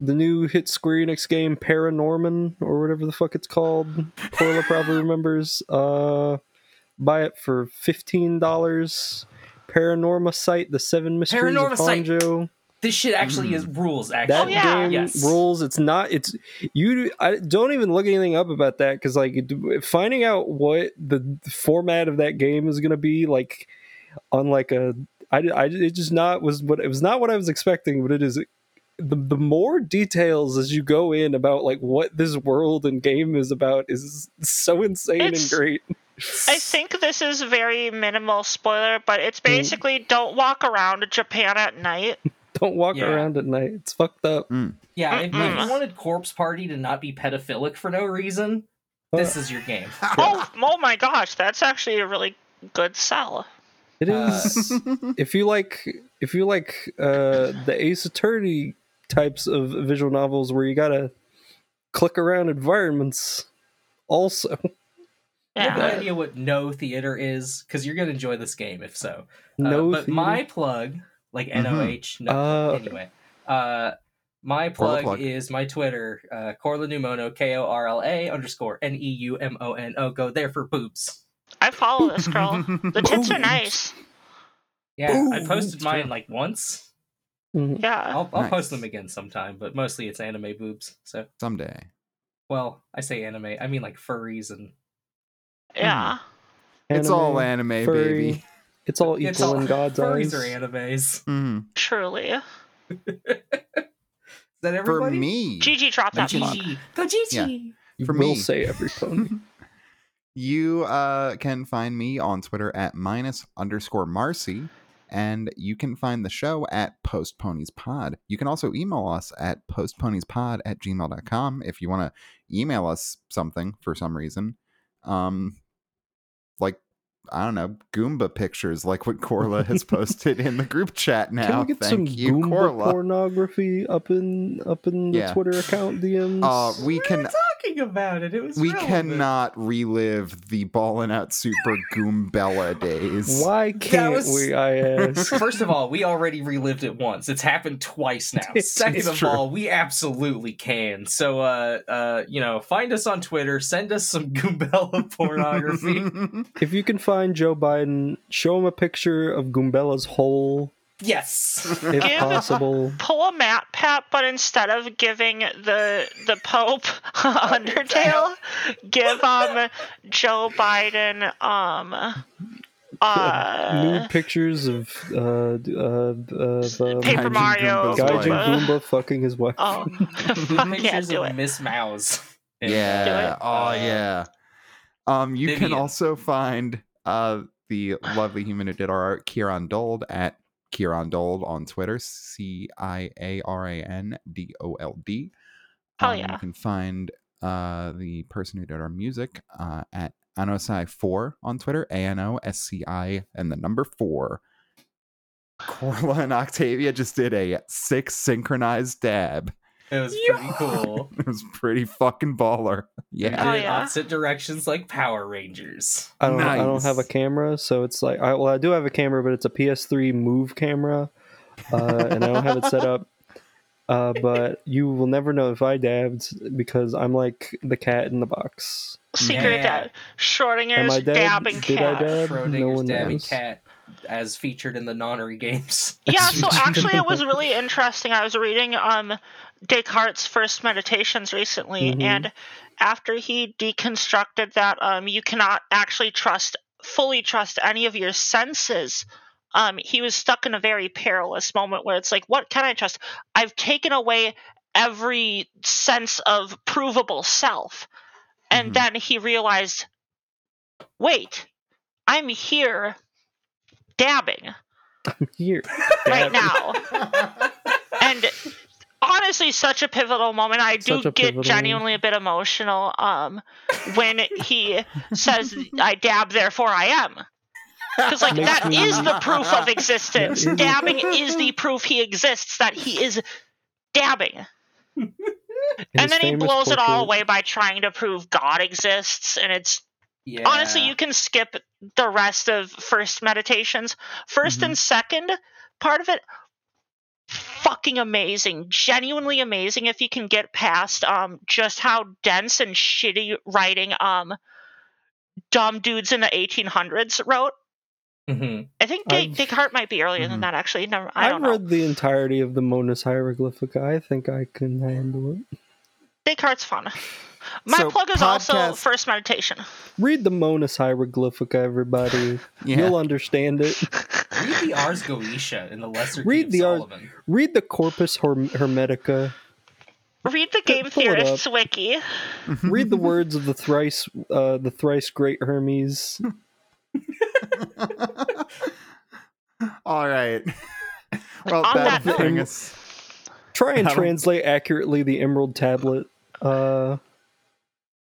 the new hit Square Enix game Paranorman or whatever the fuck it's called. Corla probably remembers. Uh, buy it for fifteen dollars. Paranorma site, the seven mysteries Paranorma of Site. Hanjo. this shit actually is rules. Mm-hmm. Actually, That Oh, yeah. game Yes. rules. It's not. It's you. I don't even look anything up about that because like it- finding out what the format of that game is going to be like on like a. I, I it just not was what it was not what I was expecting, but it is. The, the more details as you go in about like what this world and game is about is so insane It's- and great. I think this is very minimal spoiler, but it's basically don't walk around Japan at night. Don't walk Yeah. around at night. It's fucked up. Yeah, if, if Mm-mm. you wanted Corpse Party to not be pedophilic for no reason, Uh, this is your game. Oh, oh my gosh, that's actually a really good sell. It Uh, is. if you like, if you like uh, the Ace Attorney types of visual novels where you gotta click around environments, also I have no Yeah. idea what no theater is because you're gonna enjoy this game if so. Uh, no. but theater- Mm-hmm. my plug, like Mhm. NOH, no, Uh, anyway. Uh, my plug, plug. is my Twitter, uh, Corla Numono, K O R L A underscore N E U M O N O. Go there for boobs. I follow this girl. The tits are Boobs. nice. Yeah, I posted mine like once. Mhm. Yeah. I'll, I'll post Nice. them again sometime, but mostly it's anime boobs. So, Someday. well, I say anime, I mean like furries and Yeah. it's all Anime, anime, furry. baby. It's all equal It's all- in God's furries eyes. are animes. Is Mhm. Truly. that For everybody? me, Gigi dropped that Gigi. plug. GG. Go GG. You For will me. say every pony. you uh, can find me on Twitter at minus underscore Marcy, and you can find the show at Post Ponies Pod. You can also email us at postponiespod at gmail.com if you want to email us something for some reason. Um, like, I don't know, Goomba pictures like what Corla has posted in the group chat now. Can we get Thank some you, Goomba Corla. pornography up in up in the Yeah. Twitter account DMs? uh, we were can talking about it. It was we relevant. cannot relive the ballin' out super goombella days. Why can't was- we? I ask. First of all, we already relived it once. It's happened twice now. It's Second of true. all, we absolutely can. So, uh, uh, you know, find us on Twitter. Send us some Goombella pornography. if you can find Joe Biden, show him a picture of Goombella's hole, yes. if Give- possible. Pull a map pat, but instead of giving the the Pope Undertale, give um Joe Biden um uh New pictures of uh, uh, uh, um, Paper Gaijin Mario. Goomba's Gaijin wife. uh, Goomba fucking his wife. Oh, fuck yeah, Pictures do of it. Miss Mouse. yeah. it. Oh Uh, yeah. Um, you can Vivian. also find uh the lovely human who did our art, Kieran Dold at Kieran Dold on Twitter, C I A R A N D O L D. Hell Um, yeah. You can find uh, the person who did our music uh, at Anosci4 on Twitter, A N O S C I, and the number four. Corla and Octavia just did a six synchronized dab. It was pretty cool. It was pretty fucking baller. Yeah. Oh, Did yeah? opposite directions like Power Rangers. I don't. I don't nice. have a camera, so it's like. I, well, I do have a camera, but it's a PS3 Move camera, uh, and I don't have it set up. Uh, but you will never know if I dabbed because I'm like the cat in the box. Secret Yeah. dad. Schrodinger's Am I dab? dabbing Did I cat. dab? No Schrodinger's one Dabby knows. Cat, as featured in the Nonary games. Yeah, so actually it was really interesting. I was reading um Descartes' first meditations recently Mhm. and after he deconstructed that um you cannot actually trust fully trust any of your senses. Um he was stuck in a very perilous moment where it's like what can I trust? I've taken away every sense of provable self. And Mhm. then he realized wait, I'm here dabbing Here, right now. and honestly, such a pivotal moment. I do Such a get pivotal genuinely a bit emotional um, when he says, "I dab, therefore I am." Because like Makes that me- is the proof of existence. That is- Dabbing is the proof he exists. That he is dabbing, and then he blows it all away by trying to prove God exists. And it's Yeah. honestly you can skip the rest of first meditations 1st and second part of it fucking amazing genuinely amazing if you can get past um just how dense and shitty writing um dumb dudes in the 1800s wrote Mhm. i think Des- I've- descartes might be earlier Mhm. than that actually never i I have don't know read the entirety of the Monas Hieroglyphica. I think I can handle it. descartes fun my So, plug is also podcast- first meditation Read the Monas Hieroglyphica, everybody. You'll understand it. Read the Ars Goetia in the Lesser Read Read the the Ars- Sullivan. Read the Corpus Herm- Hermetica. read the game pull it up. theorists wiki Read the words of the thrice, uh, the thrice great Hermes. All right. Well, On that that bring note- us. Try and I don't- translate accurately the Emerald Tablet. Uh,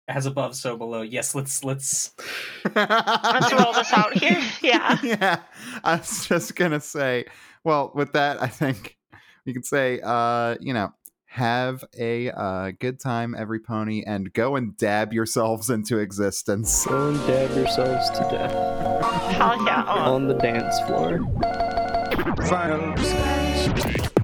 As above, so below. Yes, let's let's. Let's roll this out here. Yeah. yeah, I was just gonna say. Well, with that, I think you can say, uh, you know, have a uh, good time, every pony, and go and dab yourselves into existence. go and dab yourselves to death Uh, Hell yeah. Oh. on the dance floor. Files.